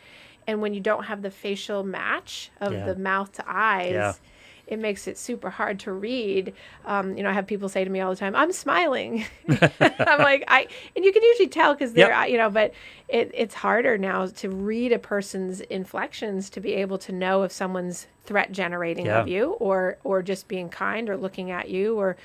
[SPEAKER 2] And when you don't have the facial match of
[SPEAKER 1] Yeah.
[SPEAKER 2] the mouth to eyes,
[SPEAKER 1] Yeah.
[SPEAKER 2] it makes it super hard to read. Um, you know, I have people say to me all the time, "I'm smiling." *laughs* I'm like, I, and you can usually tell because they're,
[SPEAKER 1] Yep.
[SPEAKER 2] you know, but it, it's harder now to read a person's inflections to be able to know if someone's threat generating of
[SPEAKER 1] Yeah.
[SPEAKER 2] you or or just being kind or looking at you or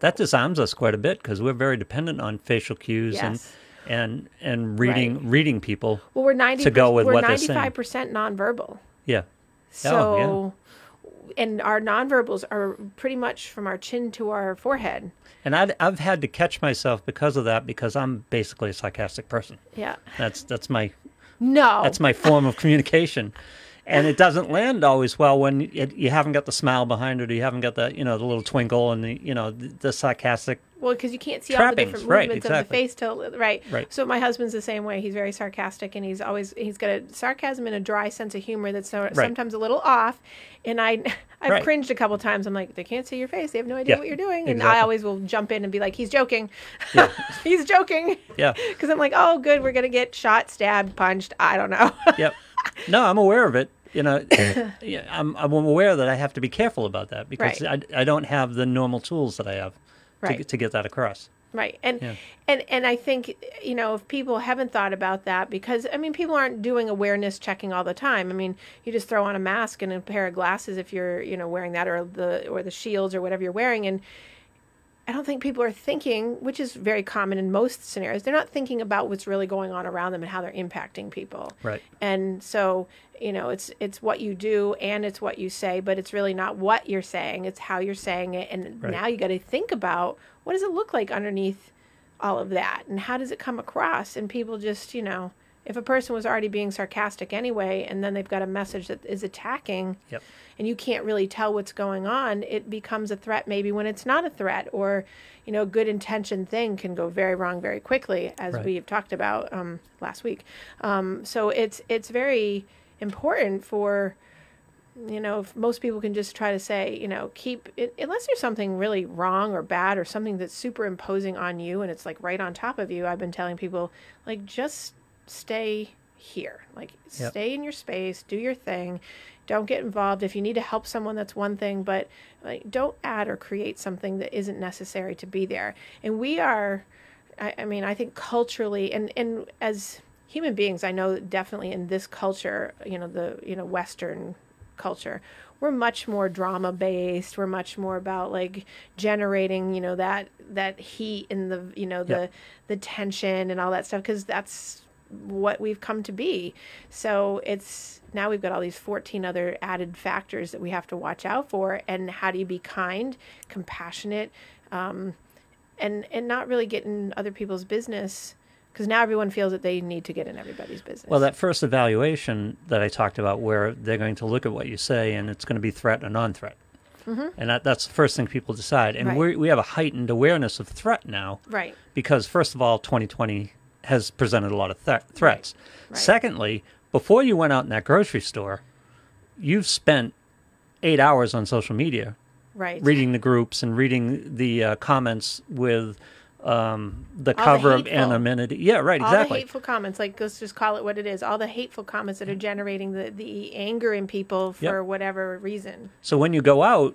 [SPEAKER 1] That disarms us quite a bit because we're very dependent on facial cues
[SPEAKER 2] Yes.
[SPEAKER 1] and and and reading reading people.
[SPEAKER 2] well, we're ninety
[SPEAKER 1] To go with
[SPEAKER 2] we're
[SPEAKER 1] what they're saying. Oh,
[SPEAKER 2] ninety five percent nonverbal.
[SPEAKER 1] Yeah.
[SPEAKER 2] So, and our nonverbals are pretty much from our chin to our forehead.
[SPEAKER 1] And I'd, I've had to catch myself because of that because I'm basically a sarcastic person.
[SPEAKER 2] Yeah.
[SPEAKER 1] That's that's my
[SPEAKER 2] No.
[SPEAKER 1] that's my form of communication, and it doesn't land always well when it, you haven't got the smile behind it, or you haven't got the you know the little twinkle and the you know the, the sarcastic.
[SPEAKER 2] Well, because you can't see all the
[SPEAKER 1] Trappings,
[SPEAKER 2] different
[SPEAKER 1] right,
[SPEAKER 2] movements of the
[SPEAKER 1] exactly.
[SPEAKER 2] face till right.
[SPEAKER 1] Right.
[SPEAKER 2] So my husband's the same way. He's very sarcastic, and he's always he's got a sarcasm and a dry sense of humor that's so, sometimes a little off. And I, *laughs* I've
[SPEAKER 1] Right.
[SPEAKER 2] cringed a couple times. I'm like, they can't see your face. They have no idea
[SPEAKER 1] Yeah,
[SPEAKER 2] what you're doing. And I
[SPEAKER 1] exactly.
[SPEAKER 2] always will jump in and be like, he's joking. *laughs* he's joking.
[SPEAKER 1] Yeah.
[SPEAKER 2] Because I'm like, oh, good, we're gonna get shot, stabbed, punched. I don't know.
[SPEAKER 1] Yep. No, I'm aware of it. You
[SPEAKER 2] *coughs*
[SPEAKER 1] know, yeah, I'm I'm aware that I have to be careful about that because
[SPEAKER 2] Right.
[SPEAKER 1] I, I don't have the normal tools that I have to,
[SPEAKER 2] Right.
[SPEAKER 1] to get that across.
[SPEAKER 2] Right. And
[SPEAKER 1] Yeah.
[SPEAKER 2] and and I think you know if people haven't thought about that because I mean people aren't doing awareness checking all the time. I mean, you just throw on a mask and a pair of glasses if you're, you know, wearing that or the or the shields or whatever you're wearing and I don't think people are thinking, which is very common in most scenarios. They're not thinking about what's really going on around them and how they're impacting people.
[SPEAKER 1] Right.
[SPEAKER 2] And so, you know, it's it's what you do and it's what you say, but it's really not what you're saying, it's how you're saying it. And
[SPEAKER 1] Right.
[SPEAKER 2] now you got to think about what does it look like underneath all of that and how does it come across? And people just, you know, if a person was already being sarcastic anyway and then they've got a message that is attacking,
[SPEAKER 1] Yep.
[SPEAKER 2] and you can't really tell what's going on, it becomes a threat maybe when it's not a threat, or you know, a good intention thing can go very wrong very quickly, as
[SPEAKER 1] Right.
[SPEAKER 2] we have talked about um, last week. Um, so it's it's very important for you know if most people can just try to say you know keep it, unless there's something really wrong or bad or something that's super imposing on you and it's like right on top of you i've been telling people like just stay here. Like,
[SPEAKER 1] Yep.
[SPEAKER 2] stay in your space, do your thing. Don't get involved. If you need to help someone, that's one thing, but like, don't add or create something that isn't necessary to be there. And we are, I, I mean, I think culturally and, and as human beings, I know definitely in this culture, you know, the, you know, Western culture, we're much more drama based. We're much more about like generating, you know, that, that heat and the, you know, the,
[SPEAKER 1] Yep.
[SPEAKER 2] the tension and all that stuff. Cause that's what we've come to be. So it's now we've got all these 14 other added factors that we have to watch out for. And how do you be kind, compassionate, and and not really get in other people's business because now everyone feels that they need to get in everybody's business.
[SPEAKER 1] Well, that first evaluation that I talked about, where they're going to look at what you say and it's going to be threat or non threat. And that, that's the first thing people decide. And
[SPEAKER 2] Mm-hmm. Right.
[SPEAKER 1] we we have a heightened awareness of threat now
[SPEAKER 2] right,
[SPEAKER 1] because, first of all, 2020 has presented a lot of th- threats.
[SPEAKER 2] Right.
[SPEAKER 1] Secondly, before you went out in that grocery store, you've spent eight hours on social media
[SPEAKER 2] right,
[SPEAKER 1] reading the groups and reading the uh, comments with um, the
[SPEAKER 2] All the
[SPEAKER 1] cover of
[SPEAKER 2] hateful-
[SPEAKER 1] anonymity. Yeah, right,
[SPEAKER 2] all
[SPEAKER 1] exactly.
[SPEAKER 2] the hateful comments. Like let's just call it what it is. All the hateful comments that are generating the the anger in people for
[SPEAKER 1] Yep.
[SPEAKER 2] whatever reason.
[SPEAKER 1] So when you go out,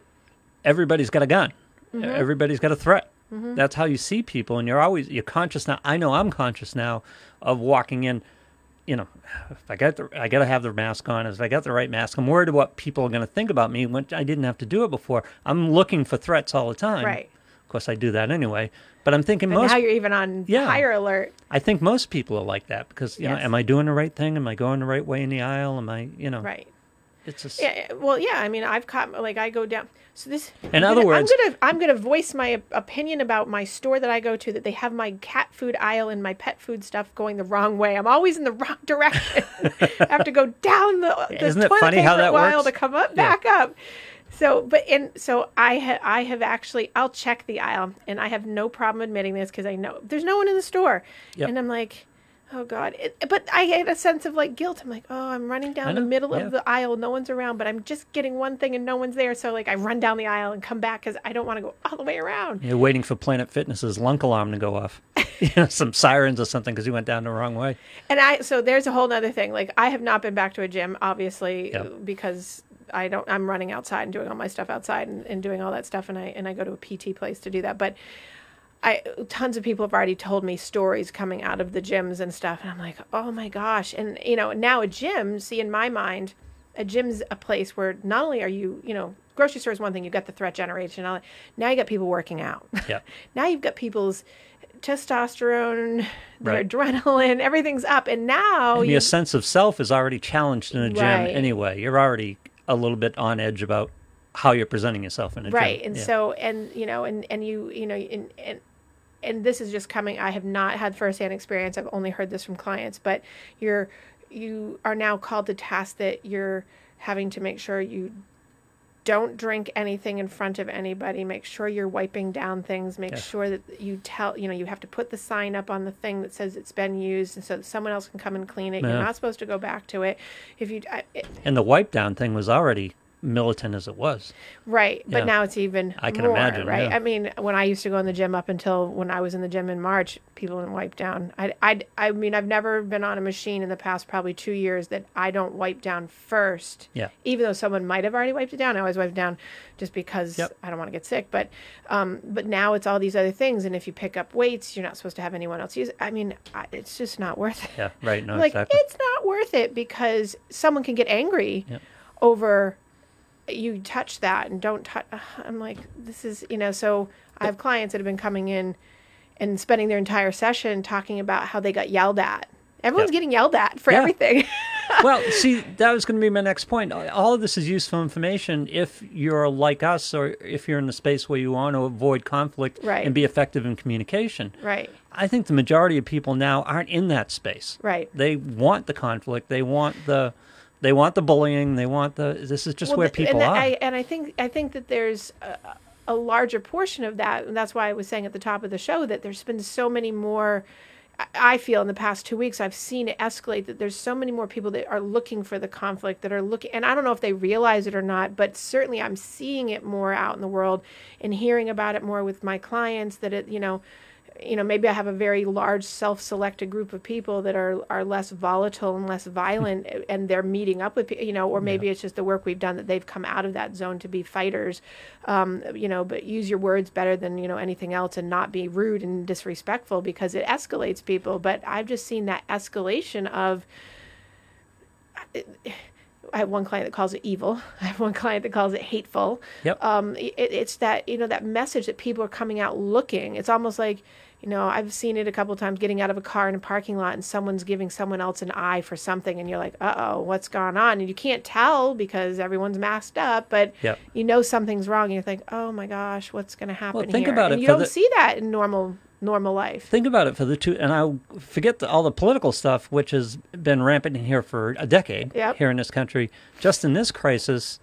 [SPEAKER 1] everybody's got a gun.
[SPEAKER 2] Mm-hmm.
[SPEAKER 1] Everybody's got a threat. That's how you see people, and you're always you're conscious now. I know I'm conscious now of walking in. You know, if I got the I got to have the mask on. If I got the right mask, I'm worried what people are going to think about me when I didn't have to do it before. I'm looking for threats all the time.
[SPEAKER 2] Right.
[SPEAKER 1] Of course, I do that anyway. But I'm thinking
[SPEAKER 2] But
[SPEAKER 1] most.
[SPEAKER 2] now you're even on
[SPEAKER 1] Yeah.
[SPEAKER 2] higher alert.
[SPEAKER 1] I think most people are like that because you know,
[SPEAKER 2] Yes.
[SPEAKER 1] am I doing the right thing? Am I going the right way in the aisle? Am I, you know,
[SPEAKER 2] Right.
[SPEAKER 1] It's just
[SPEAKER 2] Yeah. yeah, Well, yeah. I mean, I've caught like I go down. So this.
[SPEAKER 1] In
[SPEAKER 2] I'm
[SPEAKER 1] other
[SPEAKER 2] gonna-
[SPEAKER 1] words-
[SPEAKER 2] I'm gonna I'm gonna voice my op- opinion about my store that I go to that they have my cat food aisle and my pet food stuff going the wrong way. I'm always in the *laughs* wrong direction. I have to go down
[SPEAKER 1] *laughs*
[SPEAKER 2] the, the
[SPEAKER 1] Isn't it
[SPEAKER 2] toilet
[SPEAKER 1] funny how
[SPEAKER 2] paper
[SPEAKER 1] that
[SPEAKER 2] aisle
[SPEAKER 1] works?
[SPEAKER 2] to come up
[SPEAKER 1] Yeah.
[SPEAKER 2] back up. So, but and so I ha- I have actually I'll check the aisle and I have no problem admitting this because I know there's no one in the store
[SPEAKER 1] Yep.
[SPEAKER 2] and I'm like. Oh God! It, but I had a sense of like guilt. I'm like, oh, I'm running down the
[SPEAKER 1] know,
[SPEAKER 2] middle
[SPEAKER 1] yeah.
[SPEAKER 2] of the aisle, no one's around, but I'm just getting one thing and no one's there. So like, I run down the aisle and come back because I don't want to go all the way around.
[SPEAKER 1] You're waiting for Planet Fitness's lunk alarm to go
[SPEAKER 2] *laughs*
[SPEAKER 1] off, you know, some sirens or something because you went down the wrong way.
[SPEAKER 2] And I so there's a whole nother thing. Like I have not been back to a gym, obviously,
[SPEAKER 1] Yeah.
[SPEAKER 2] because I don't. I'm running outside and doing all my stuff outside and, and doing all that stuff, and I and I go to a PT place to do that. But I tons of people have already told me stories coming out of the gyms and stuff, and I'm like, oh my gosh! And you know, now a gym. See, in my mind, a gym's a place where not only are you, you know, grocery store is one thing. You've got the threat generation. and All that. Now you got people working out. *laughs*
[SPEAKER 1] Yeah.
[SPEAKER 2] now you've got people's testosterone, their
[SPEAKER 1] Right.
[SPEAKER 2] adrenaline, everything's up, and now
[SPEAKER 1] And
[SPEAKER 2] Oh, you,
[SPEAKER 1] your sense of self is already challenged in a gym
[SPEAKER 2] Right.
[SPEAKER 1] anyway. You're already a little bit on edge about how you're presenting yourself in a gym.
[SPEAKER 2] right, and
[SPEAKER 1] Yeah.
[SPEAKER 2] so and you know, and and you you know, and and and this is just coming. I have not had firsthand experience. I've only heard this from clients, but you're you are now called to task that you're having to make sure you don't drink anything in front of anybody make sure you're wiping down things make
[SPEAKER 1] Yes.
[SPEAKER 2] sure that you tell you know you have to put the sign up on the thing that says it's been used and so that someone else can come and clean it you're
[SPEAKER 1] Yeah.
[SPEAKER 2] not supposed to go back to it if you I, it,
[SPEAKER 1] and the wipe down thing was already militant as it was.
[SPEAKER 2] Right, but
[SPEAKER 1] Yeah.
[SPEAKER 2] now it's even.
[SPEAKER 1] I can
[SPEAKER 2] more,
[SPEAKER 1] imagine,
[SPEAKER 2] right?
[SPEAKER 1] yeah.
[SPEAKER 2] I mean, when I used to go in the gym, up until when I was in the gym in March, people didn't wipe down. I, I, I mean, I've never been on a machine in the past probably two years that I don't wipe down first.
[SPEAKER 1] Yeah.
[SPEAKER 2] Even though someone might have already wiped it down, I always wipe it down just because
[SPEAKER 1] Yep.
[SPEAKER 2] I don't want to get sick. But, um, but now it's all these other things, and if you pick up weights, you're not supposed to have anyone else use. it. I mean, I, it's just not worth it.
[SPEAKER 1] Yeah, right. No,
[SPEAKER 2] I'm like
[SPEAKER 1] Oh, exactly.
[SPEAKER 2] it's not worth it because someone can get angry
[SPEAKER 1] Yep.
[SPEAKER 2] over you touch that and don't touch i'm like this is you know so i have clients that have been coming in and spending their entire session talking about how they got yelled at everyone's
[SPEAKER 1] Yep.
[SPEAKER 2] getting yelled at for
[SPEAKER 1] Yeah.
[SPEAKER 2] everything *laughs*
[SPEAKER 1] well, see, that was going to be my next point. All of this is useful information if you're like us or if you're in the space where you want to avoid conflict
[SPEAKER 2] Right.
[SPEAKER 1] and be effective in communication.
[SPEAKER 2] right
[SPEAKER 1] I think the majority of people now aren't in that space.
[SPEAKER 2] Right.
[SPEAKER 1] They want the conflict. They want the they want the bullying. They want the this is just
[SPEAKER 2] Well,
[SPEAKER 1] where
[SPEAKER 2] th-
[SPEAKER 1] people
[SPEAKER 2] and
[SPEAKER 1] are.
[SPEAKER 2] that- I, and I think I think that there's a, a larger portion of that, and that's why I was saying at the top of the show that there's been so many more. I- I feel in the past two weeks I've seen it escalate that there's so many more people that are looking for the conflict that are looking, and I don't know if they realize it or not, but certainly I'm seeing it more out in the world and hearing about it more with my clients that it, you know. you know maybe i have a very large self-selected group of people that are are less volatile and less violent and they're meeting up with pe- you know or maybe it's just the work we've done that they've come out of that zone to be fighters um, you know but use your words better than you know anything else and not be rude and disrespectful because it escalates people but i've just seen that escalation of I have one client that calls it evil. *laughs* I have one client that calls it hateful.
[SPEAKER 1] Yep.
[SPEAKER 2] Um, it, it's that you know that message that people are coming out looking. It's almost like you know I've seen it a couple of times getting out of a car in a parking lot and someone's giving someone else an eye for something and you're like, uh oh, what's gone on? And you can't tell because everyone's masked up, but
[SPEAKER 1] Yep.
[SPEAKER 2] you know something's wrong. And you think, oh my gosh, what's going to happen?
[SPEAKER 1] think
[SPEAKER 2] here?
[SPEAKER 1] about
[SPEAKER 2] And
[SPEAKER 1] it
[SPEAKER 2] You
[SPEAKER 1] for
[SPEAKER 2] don't
[SPEAKER 1] the-
[SPEAKER 2] see that in normal normal life.
[SPEAKER 1] Think about it for the two, and I forget the, all the political stuff, which has been rampant in here for a decade
[SPEAKER 2] Yep.
[SPEAKER 1] here in this country. Just in this crisis,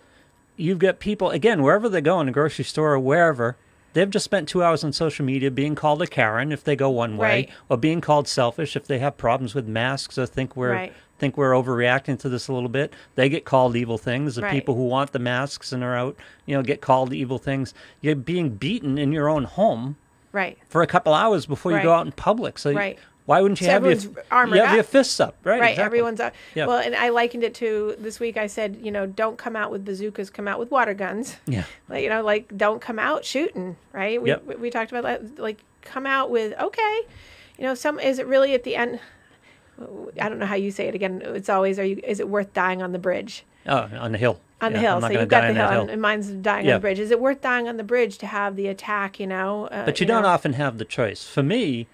[SPEAKER 1] you've got people, again, wherever they go in the grocery store or wherever, they've just spent two hours on social media being called a Karen if they go one way,
[SPEAKER 2] Right.
[SPEAKER 1] or being called selfish if they have problems with masks or think we're.
[SPEAKER 2] Right.
[SPEAKER 1] Think we're overreacting to this a little bit. They get called evil things. The
[SPEAKER 2] Right.
[SPEAKER 1] people who want the masks and are out, you know, get called evil things. You're being beaten in your own home
[SPEAKER 2] Right.
[SPEAKER 1] for a couple hours before you go
[SPEAKER 2] Right.
[SPEAKER 1] out in public. So you-
[SPEAKER 2] Right.
[SPEAKER 1] why wouldn't you
[SPEAKER 2] So
[SPEAKER 1] have your
[SPEAKER 2] everyone's armored
[SPEAKER 1] you have
[SPEAKER 2] up.
[SPEAKER 1] your fists up, right?
[SPEAKER 2] right
[SPEAKER 1] exactly.
[SPEAKER 2] everyone's out
[SPEAKER 1] Yeah.
[SPEAKER 2] well and i likened it to this week i said you know don't come out with bazookas come out with water guns *laughs*
[SPEAKER 1] yeah,
[SPEAKER 2] like, you know like don't come out shooting right we,
[SPEAKER 1] Yep.
[SPEAKER 2] we, we talked about that like come out with okay you know some is it really at the end i don't know how you say it again it's always are you is it worth dying on the bridge
[SPEAKER 1] oh, on the hill,
[SPEAKER 2] on the
[SPEAKER 1] Yeah,
[SPEAKER 2] hill
[SPEAKER 1] I'm not
[SPEAKER 2] so
[SPEAKER 1] gonna
[SPEAKER 2] you've got the
[SPEAKER 1] die on
[SPEAKER 2] hill,
[SPEAKER 1] that
[SPEAKER 2] and- and mine's dying
[SPEAKER 1] Yeah.
[SPEAKER 2] on the bridge is it worth dying on the bridge to have the attack you know uh,
[SPEAKER 1] But you don't
[SPEAKER 2] know?
[SPEAKER 1] often have the choice. For me,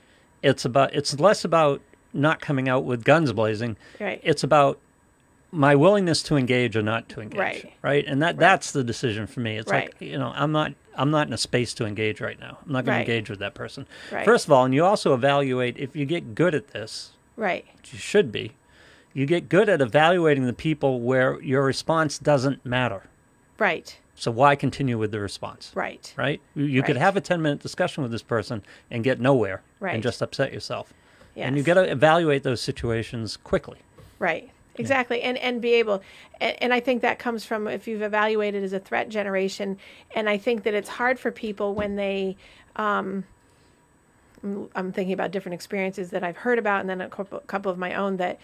[SPEAKER 1] it's about it's less about not coming out with guns blazing.
[SPEAKER 2] Right.
[SPEAKER 1] It's about my willingness to engage or not to engage.
[SPEAKER 2] Right.
[SPEAKER 1] And that that's the decision for me. It's
[SPEAKER 2] Right.
[SPEAKER 1] like, you know, I'm not I'm not in a space to engage right now. I'm not going
[SPEAKER 2] Right.
[SPEAKER 1] to engage with that person.
[SPEAKER 2] Right.
[SPEAKER 1] First of all, and you also evaluate if you get good at this,
[SPEAKER 2] right
[SPEAKER 1] you should be, you get good at evaluating the people where your response doesn't matter.
[SPEAKER 2] right
[SPEAKER 1] So why continue with the response?
[SPEAKER 2] right
[SPEAKER 1] Right? You, you could
[SPEAKER 2] Right.
[SPEAKER 1] have a 10 minute discussion with this person and get nowhere
[SPEAKER 2] Right.
[SPEAKER 1] and just upset yourself. And you
[SPEAKER 2] Yes.
[SPEAKER 1] got to evaluate those situations quickly.
[SPEAKER 2] Right. Exactly. And and be able and, and I think that comes from if you've evaluated as a threat generation and I think that it's hard for people when they um I'm- I'm thinking about different experiences that I've heard about and then a couple, couple of my own that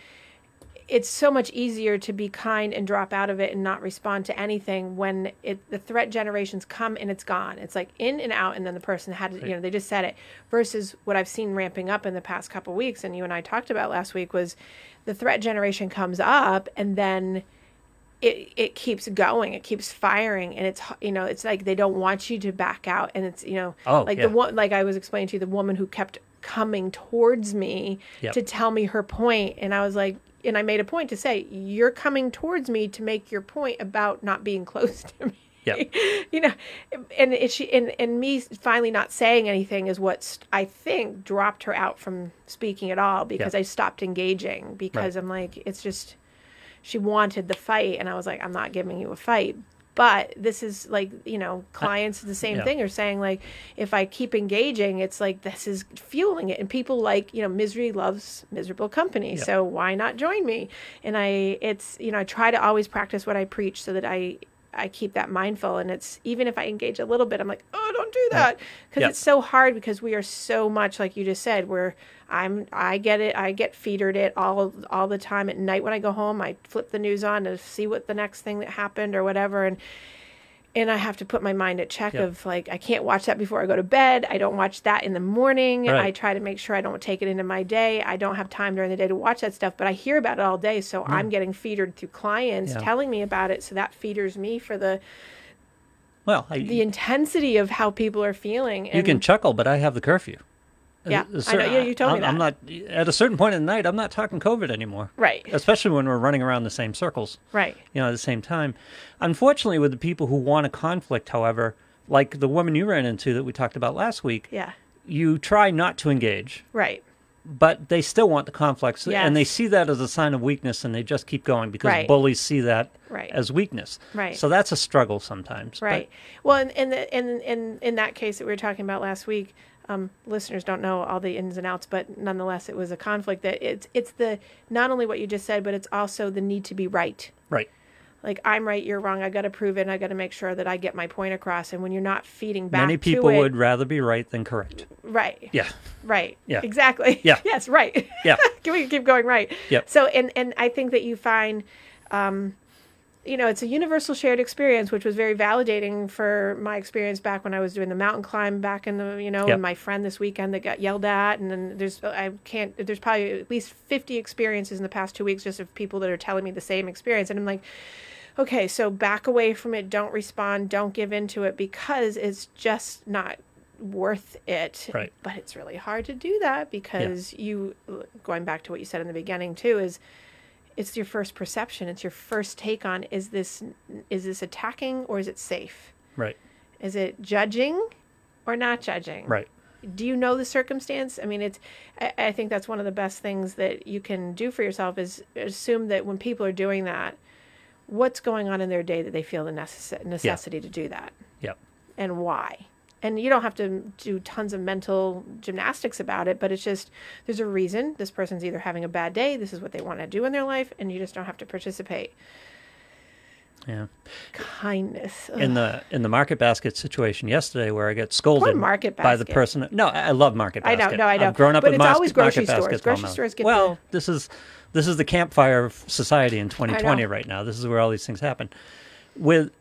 [SPEAKER 2] it's so much easier to be kind and drop out of it and not respond to anything when it the threat generations come and it's gone. It's like in and out, and then the person had to, you know they just said it. Versus what I've seen ramping up in the past couple weeks, and you and I talked about last week was the threat generation comes up and then it it keeps going, it keeps firing, and it's you know it's like they don't want you to back out, and it's you know
[SPEAKER 1] Oh,
[SPEAKER 2] like
[SPEAKER 1] yeah.
[SPEAKER 2] the one like I was explaining to you the woman who kept coming towards me
[SPEAKER 1] Yep.
[SPEAKER 2] to tell me her point and i was like and i made a point to say you're coming towards me to make your point about not being *laughs* close to me *laughs*
[SPEAKER 1] Yep.
[SPEAKER 2] you know and it, she and, and me finally not saying anything is what st- i think dropped her out from speaking at all because
[SPEAKER 1] Yeah.
[SPEAKER 2] i stopped engaging because i'm like it's just she wanted the fight and i was like i'm not giving you a fight but this is like you know clients the same
[SPEAKER 1] yeah.
[SPEAKER 2] thing are saying like if i keep engaging it's like this is fueling it and people like you know misery loves miserable company
[SPEAKER 1] Yeah.
[SPEAKER 2] so why not join me and i it's you know i try to always practice what i preach so that i i keep that mindful and it's even if i engage a little bit i'm like oh don't do that because
[SPEAKER 1] Yeah.
[SPEAKER 2] it's so hard because we are so much like you just said where i'm i get it i get feedered it all all the time at night when i go home i flip the news on to see what the next thing that happened or whatever and and i have to put my mind at check
[SPEAKER 1] Yep.
[SPEAKER 2] of like i can't watch that before i go to bed i don't watch that in the morning
[SPEAKER 1] Right.
[SPEAKER 2] i try to make sure i don't take it into my day i don't have time during the day to watch that stuff but i hear about it all day so i'm getting feedered through clients
[SPEAKER 1] Hmm. Yeah.
[SPEAKER 2] telling me about it so that feeders me for the
[SPEAKER 1] Well, I,
[SPEAKER 2] the intensity of how people are feeling and
[SPEAKER 1] you can chuckle, but I have the curfew.
[SPEAKER 2] Yeah,
[SPEAKER 1] Uh,
[SPEAKER 2] I know. Yeah, you told me
[SPEAKER 1] I'm, I'm not, at a certain point in the night, I'm not talking COVID anymore.
[SPEAKER 2] Right.
[SPEAKER 1] Especially when we're running around the same circles.
[SPEAKER 2] right
[SPEAKER 1] you know, at the same time. Unfortunately, with the people who want a conflict, however, like the woman you ran into that we talked about last week,
[SPEAKER 2] yeah
[SPEAKER 1] you try not to engage,
[SPEAKER 2] right
[SPEAKER 1] but they still want the conflict. so- And they
[SPEAKER 2] Yes.
[SPEAKER 1] see that as a sign of weakness and they just keep going because
[SPEAKER 2] Right.
[SPEAKER 1] bullies see that
[SPEAKER 2] Right.
[SPEAKER 1] as weakness.
[SPEAKER 2] Right.
[SPEAKER 1] So that's a struggle sometimes. but-
[SPEAKER 2] Right. well, and and the, and in in that case that we were talking about last week, um, listeners don't know all the ins and outs, but nonetheless, it was a conflict that it's it's the not only what you just said, but it's also the need to be right.
[SPEAKER 1] right.
[SPEAKER 2] like I'm right, you're wrong. I got to prove it. and I got to make sure that I get my point across. And when you're not feeding back,
[SPEAKER 1] Many
[SPEAKER 2] to
[SPEAKER 1] people
[SPEAKER 2] it-
[SPEAKER 1] would rather be right than correct.
[SPEAKER 2] right,
[SPEAKER 1] Yeah.
[SPEAKER 2] right,
[SPEAKER 1] Yeah.
[SPEAKER 2] exactly,
[SPEAKER 1] Yeah.
[SPEAKER 2] *laughs* yes, right.
[SPEAKER 1] Yeah.
[SPEAKER 2] *laughs* Can we keep going right?
[SPEAKER 1] Yep.
[SPEAKER 2] So and and I think that you find, um, you know, it's a universal shared experience, which was very validating for my experience back when I was doing the mountain climb back in the you know,
[SPEAKER 1] Yep.
[SPEAKER 2] and my friend this weekend that got yelled at, and then there's I can't there's probably at least fifty experiences in the past two weeks just of people that are telling me the same experience, and I'm like. Okay, so back away from it, don't respond, don't give into it because it's just not worth it.
[SPEAKER 1] Right.
[SPEAKER 2] But it's really hard to do that because you going back to what you said in the beginning too is it's your first perception, it's your first take on is this is this attacking or is it safe?
[SPEAKER 1] Right.
[SPEAKER 2] Is it judging or not judging?
[SPEAKER 1] Right.
[SPEAKER 2] do you know the circumstance i mean it's I, I think that's one of the best things that you can do for yourself is assume that when people are doing that what's going on in their day that they feel the necess- necessity to do that
[SPEAKER 1] Yep.
[SPEAKER 2] and why and you don't have to do tons of mental gymnastics about it but it's just there's a reason this person's either having a bad day this is what they want to do in their life and you just don't have to participate
[SPEAKER 1] Yeah.
[SPEAKER 2] kindness Ugh.
[SPEAKER 1] in the in the market basket situation yesterday where I get scolded
[SPEAKER 2] Poor market
[SPEAKER 1] by the
[SPEAKER 2] basket.
[SPEAKER 1] person. No, I I love market
[SPEAKER 2] I
[SPEAKER 1] basket.
[SPEAKER 2] know, no, I know.
[SPEAKER 1] I've grown up
[SPEAKER 2] But
[SPEAKER 1] with
[SPEAKER 2] it's
[SPEAKER 1] mas-
[SPEAKER 2] always grocery
[SPEAKER 1] market
[SPEAKER 2] stores.
[SPEAKER 1] baskets
[SPEAKER 2] Grocery
[SPEAKER 1] all my life.
[SPEAKER 2] stores get
[SPEAKER 1] well.
[SPEAKER 2] the-
[SPEAKER 1] This is this is the campfire of society in 2020 right now. This is where all these things happen. With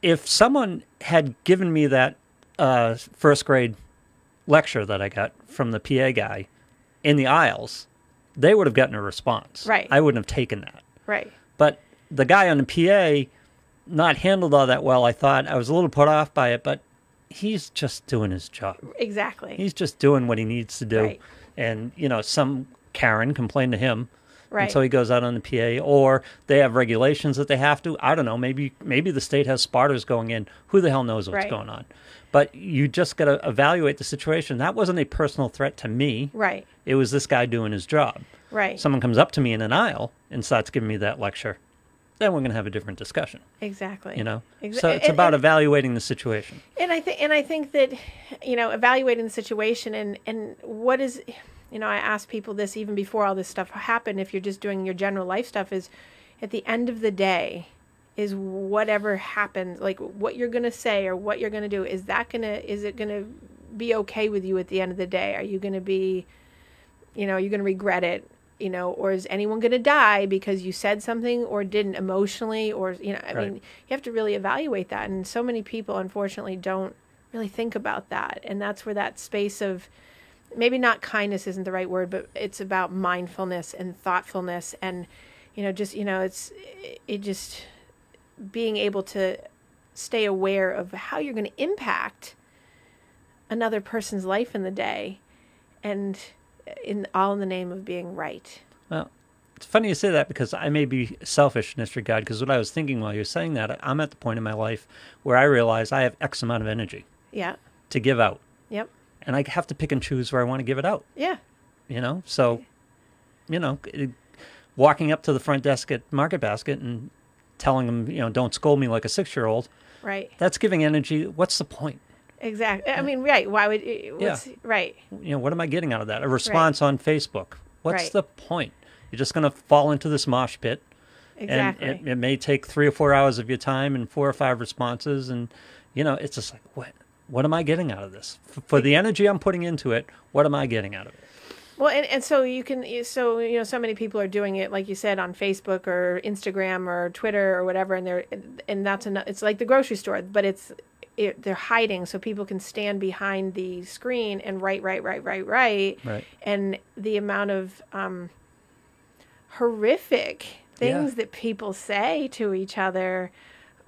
[SPEAKER 1] if someone had given me that uh, first grade lecture that I got from the PA guy in the aisles, they would have gotten a response.
[SPEAKER 2] Right.
[SPEAKER 1] I wouldn't have taken that.
[SPEAKER 2] right
[SPEAKER 1] But the guy on the PA not handled all that well. I thought I was a little put off by it, but he's just doing his job.
[SPEAKER 2] exactly
[SPEAKER 1] He's just doing what he needs to do.
[SPEAKER 2] Right.
[SPEAKER 1] And you know, some Karen complained to him.
[SPEAKER 2] Right.
[SPEAKER 1] And so he goes out on the PA, or they have regulations that they have to. I don't know. Maybe maybe the state has spotters going in. Who the hell knows what's
[SPEAKER 2] Right.
[SPEAKER 1] going on? But you just got to evaluate the situation. That wasn't a personal threat to me.
[SPEAKER 2] right
[SPEAKER 1] It was this guy doing his job
[SPEAKER 2] right
[SPEAKER 1] someone comes up to me in an aisle and starts giving me that lecture, then we're going to have a different discussion,
[SPEAKER 2] exactly
[SPEAKER 1] you know?
[SPEAKER 2] Exa-
[SPEAKER 1] so it's
[SPEAKER 2] and-
[SPEAKER 1] about
[SPEAKER 2] and-
[SPEAKER 1] evaluating the situation.
[SPEAKER 2] and I think and I think that you know evaluating the situation and and what is you know I asked people this even before all this stuff happened if you're just doing your general life stuff is at the end of the day is whatever happens like what you're going to say or what you're going to do is that going to is it going to be okay with you at the end of the day are you going to be you know you're going to regret it you know or is anyone going to die because you said something or didn't emotionally or you know i
[SPEAKER 1] Right.
[SPEAKER 2] mean you have to really evaluate that and so many people unfortunately don't really think about that and that's where that space of maybe not kindness isn't the right word but it's about mindfulness and thoughtfulness and you know just you know it's it just being able to stay aware of how you're going to impact another person's life in the day and uh, in all in the name of being right
[SPEAKER 1] Well, it's funny you say that because I may be selfish in this regard because what I was thinking while you're saying that, I'm at the point in my life where I realize I have X amount of energy
[SPEAKER 2] yeah
[SPEAKER 1] to give out
[SPEAKER 2] yep
[SPEAKER 1] and I have to pick and choose where I want to give it out,
[SPEAKER 2] yeah
[SPEAKER 1] you know? So, you know, it, walking up to the front desk at Market Basket and telling them, you know, don't scold me like a six year old,
[SPEAKER 2] right
[SPEAKER 1] that's giving energy. What's the point?
[SPEAKER 2] exactly i mean right why would what's, right
[SPEAKER 1] you know, what am I getting out of that? A response on Facebook. What's
[SPEAKER 2] Right.
[SPEAKER 1] the point? You're just going to fall into this mosh pit,
[SPEAKER 2] exactly
[SPEAKER 1] and it, it may take three or four hours of your time and four or five responses, and you know, it's just like what. What am I getting out of this? F- For the energy I'm putting into it, what am I getting out of it?
[SPEAKER 2] Well, and, and so you can, you- so, you know, so many people are doing it, like you said, on Facebook or Instagram or Twitter or whatever. And they're, and that's, an, it's like the grocery store, but it's, it, they're hiding so people can stand behind the screen and write, right, right, right, right.
[SPEAKER 1] Right.
[SPEAKER 2] And the amount of um, horrific
[SPEAKER 1] Yeah.
[SPEAKER 2] things that people say to each other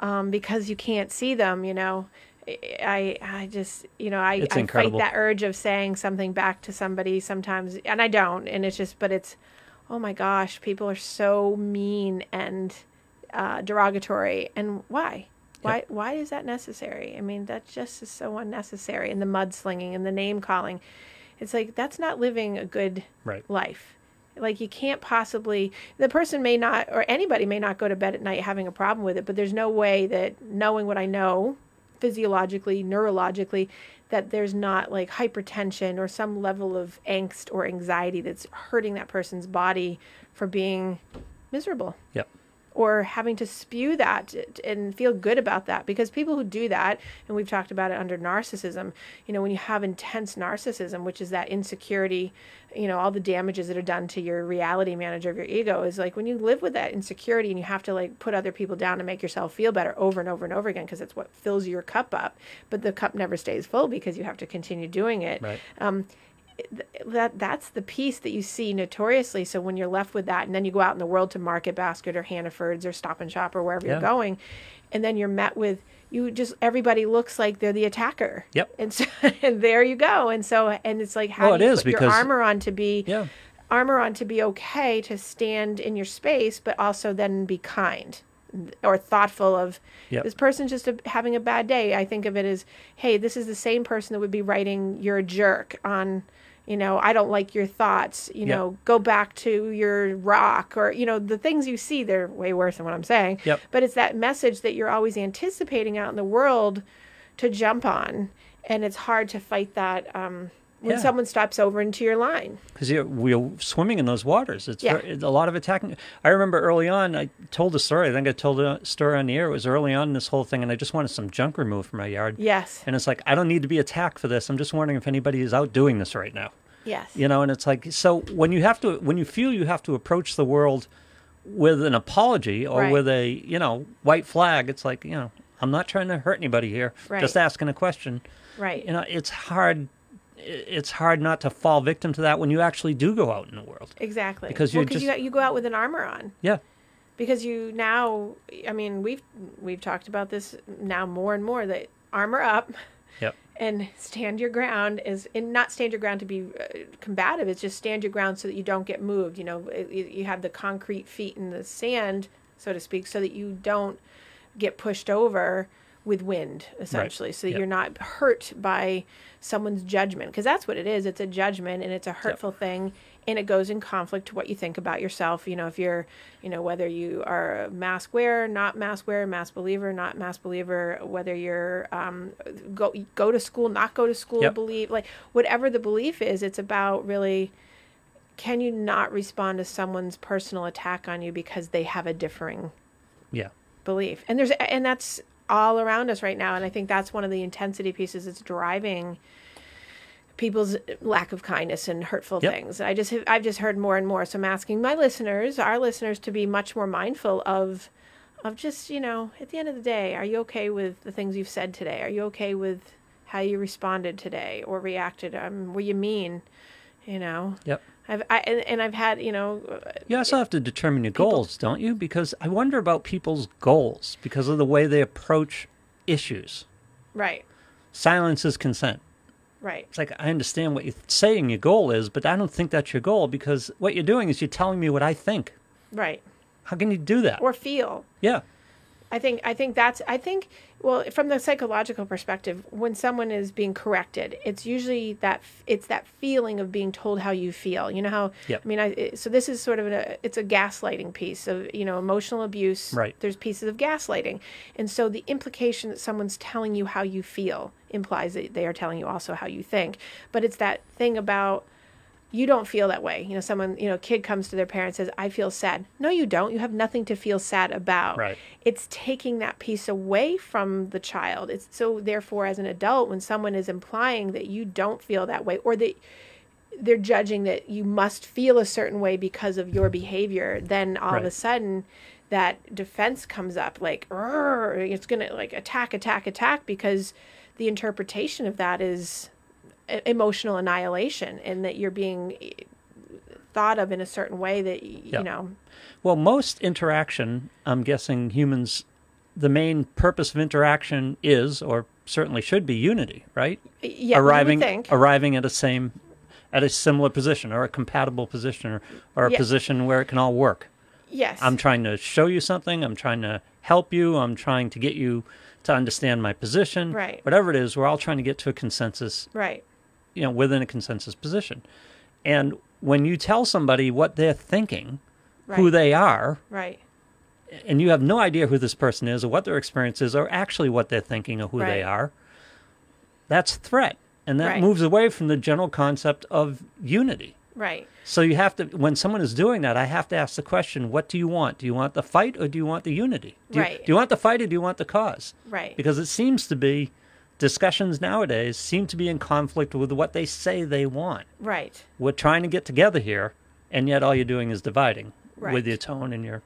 [SPEAKER 2] um, because you can't see them, you know. I I just you know I,
[SPEAKER 1] It's
[SPEAKER 2] I fight
[SPEAKER 1] incredible.
[SPEAKER 2] that urge of saying something back to somebody sometimes and I don't and it's just but it's oh my gosh people are so mean and uh, derogatory and why why why is that necessary I mean that just is so unnecessary and the mudslinging and the name calling it's like that's not living a good
[SPEAKER 1] Right.
[SPEAKER 2] life. Like you can't possibly the person may not or anybody may not go to bed at night having a problem with it, but there's no way that knowing what I know physiologically, neurologically, that there's not like hypertension or some level of angst or anxiety that's hurting that person's body for being miserable
[SPEAKER 1] Yep.
[SPEAKER 2] or having to spew that and feel good about that because people who do that and we've talked about it under narcissism you know when you have intense narcissism which is that insecurity you know all the damages that are done to your reality manager of your ego is like when you live with that insecurity and you have to like put other people down to make yourself feel better over and over and over again because it's what fills your cup up but the cup never stays full because you have to continue doing it
[SPEAKER 1] Right.
[SPEAKER 2] um, th- that that's the piece that you see notoriously. So when you're left with that, and then you go out in the world to Market Basket or Hannaford's or Stop and Shop or wherever
[SPEAKER 1] Yeah.
[SPEAKER 2] you're going, and then you're met with you just everybody looks like they're the attacker.
[SPEAKER 1] Yep.
[SPEAKER 2] And so *laughs* and there you go. And so and it's like how
[SPEAKER 1] Well,
[SPEAKER 2] do
[SPEAKER 1] it
[SPEAKER 2] you
[SPEAKER 1] is
[SPEAKER 2] put your
[SPEAKER 1] because-
[SPEAKER 2] armor on to be
[SPEAKER 1] Yeah.
[SPEAKER 2] armor on to be okay to stand in your space, but also then be kind or thoughtful of
[SPEAKER 1] Yep.
[SPEAKER 2] this person's just a, having a bad day. I think of it as, hey, this is the same person that would be writing "You're a jerk" on, you know, I don't like your thoughts. You
[SPEAKER 1] Yep.
[SPEAKER 2] know, go back to your rock or you know the things you see. They're way worse than what I'm saying.
[SPEAKER 1] Yep.
[SPEAKER 2] But it's that message that you're always anticipating out in the world to jump on, and it's hard to fight that um, when
[SPEAKER 1] Yeah.
[SPEAKER 2] someone stops over into your line.
[SPEAKER 1] because we're swimming in those waters. It's
[SPEAKER 2] Yeah.
[SPEAKER 1] ver- it's a lot of attacking. I remember early on, I told a story. I think I told a story on the air. It was early on in this whole thing, and I just wanted some junk removed from my yard.
[SPEAKER 2] Yes.
[SPEAKER 1] And it's like I don't need to be attacked for this. I'm just wondering if anybody is out doing this right now.
[SPEAKER 2] Yes.
[SPEAKER 1] You know, and it's like so when you have to when you feel you have to approach the world with an apology or
[SPEAKER 2] Right.
[SPEAKER 1] with a you know white flag, it's like you know I'm not trying to hurt anybody here.
[SPEAKER 2] Right.
[SPEAKER 1] Just asking a question
[SPEAKER 2] Right.
[SPEAKER 1] you know it's hard it's hard not to fall victim to that when you actually do go out in the world
[SPEAKER 2] Exactly.
[SPEAKER 1] Because
[SPEAKER 2] well,
[SPEAKER 1] you
[SPEAKER 2] 'cause
[SPEAKER 1] just-
[SPEAKER 2] you, you go out with an armor on
[SPEAKER 1] yeah
[SPEAKER 2] because you now. I mean, we've we've talked about this now more and more that armor up
[SPEAKER 1] yep
[SPEAKER 2] and stand your ground is and not stand your ground to be uh, combative. It's just stand your ground so that you don't get moved. You know, it, you you have the concrete feet in the sand, so to speak, so that you don't get pushed over with wind essentially so that
[SPEAKER 1] Yep.
[SPEAKER 2] you're not hurt by someone's judgment because that's what it is it's a judgment and it's a hurtful thing and it goes in conflict to what you think about yourself you know if you're you know whether you are a mask wearer not mask wearer mask believer not mask believer whether you're um, go go to school not go to school
[SPEAKER 1] Yep.
[SPEAKER 2] believe like whatever the belief is it's about really can you not respond to someone's personal attack on you because they have a differing
[SPEAKER 1] yeah
[SPEAKER 2] belief and there's and that's all around us right now and i think that's one of the intensity pieces that's driving people's lack of kindness and hurtful
[SPEAKER 1] Yep.
[SPEAKER 2] things i just have, i've just heard more and more so i'm asking my listeners our listeners to be much more mindful of of just you know at the end of the day are you okay with the things you've said today are you okay with how you responded today or reacted um, were you mean you know
[SPEAKER 1] yep
[SPEAKER 2] i've I, and, and i've had you know uh,
[SPEAKER 1] you also have to determine your
[SPEAKER 2] People-
[SPEAKER 1] goals don't you because i wonder about people's goals because of the way they approach issues
[SPEAKER 2] right
[SPEAKER 1] silence is consent
[SPEAKER 2] right
[SPEAKER 1] it's like i understand what you're saying your goal is but i don't think that's your goal because what you're doing is you're telling me what i think
[SPEAKER 2] right
[SPEAKER 1] how can you do that
[SPEAKER 2] or feel
[SPEAKER 1] yeah
[SPEAKER 2] I think I think that's I think well from the psychological perspective when someone is being corrected it's usually that it's that feeling of being told how you feel you know how
[SPEAKER 1] Yep.
[SPEAKER 2] I mean I it- so this is sort of a it's a gaslighting piece of you know emotional abuse
[SPEAKER 1] Right.
[SPEAKER 2] there's pieces of gaslighting and so the implication that someone's telling you how you feel implies that they are telling you also how you think but it's that thing about you don't feel that way. You know, someone, you know, kid comes to their parents says, "I feel sad." No, you don't. You have nothing to feel sad about.
[SPEAKER 1] Right.
[SPEAKER 2] It's taking that piece away from the child. It's so therefore as an adult when someone is implying that you don't feel that way or that they're judging that you must feel a certain way because of your behavior, then all of a
[SPEAKER 1] Right.
[SPEAKER 2] sudden that defense comes up like "Arr," it's going to like attack attack attack because the interpretation of that is e- emotional annihilation and that you're being eh, thought of in a certain way that y-
[SPEAKER 1] Yeah.
[SPEAKER 2] you know
[SPEAKER 1] Well, most interaction, I'm guessing humans, the main purpose of interaction is, or certainly should be, unity, right?
[SPEAKER 2] y- yeah you would
[SPEAKER 1] arriving,
[SPEAKER 2] think.
[SPEAKER 1] arriving at a same, at a similar position or a compatible position or, or a
[SPEAKER 2] Yeah.
[SPEAKER 1] position where it can all work.
[SPEAKER 2] yes
[SPEAKER 1] I'm trying to show you something. I'm trying to help you. I'm trying to get you to understand my position.
[SPEAKER 2] Right.
[SPEAKER 1] Whatever it is, we're all trying to get to a consensus
[SPEAKER 2] right
[SPEAKER 1] you know within a consensus position and when you tell somebody what they're thinking who
[SPEAKER 2] Right.
[SPEAKER 1] they are
[SPEAKER 2] right
[SPEAKER 1] and you have no idea who this person is or what their experience is or actually what they're thinking or who they
[SPEAKER 2] Right.
[SPEAKER 1] are that's threat and that
[SPEAKER 2] Right.
[SPEAKER 1] moves away from the general concept of unity
[SPEAKER 2] Right.
[SPEAKER 1] So you have to, when someone is doing that, I have to ask the question: What do you want? Do you want the fight or do you want the unity? Do you,
[SPEAKER 2] Right.
[SPEAKER 1] Do you want the fight or do you want the cause?
[SPEAKER 2] Right.
[SPEAKER 1] Because it seems to be discussions nowadays seem to be in conflict with what they say they want.
[SPEAKER 2] Right.
[SPEAKER 1] We're trying to get together here, and yet all you're doing is dividing
[SPEAKER 2] Right.
[SPEAKER 1] with your tone and your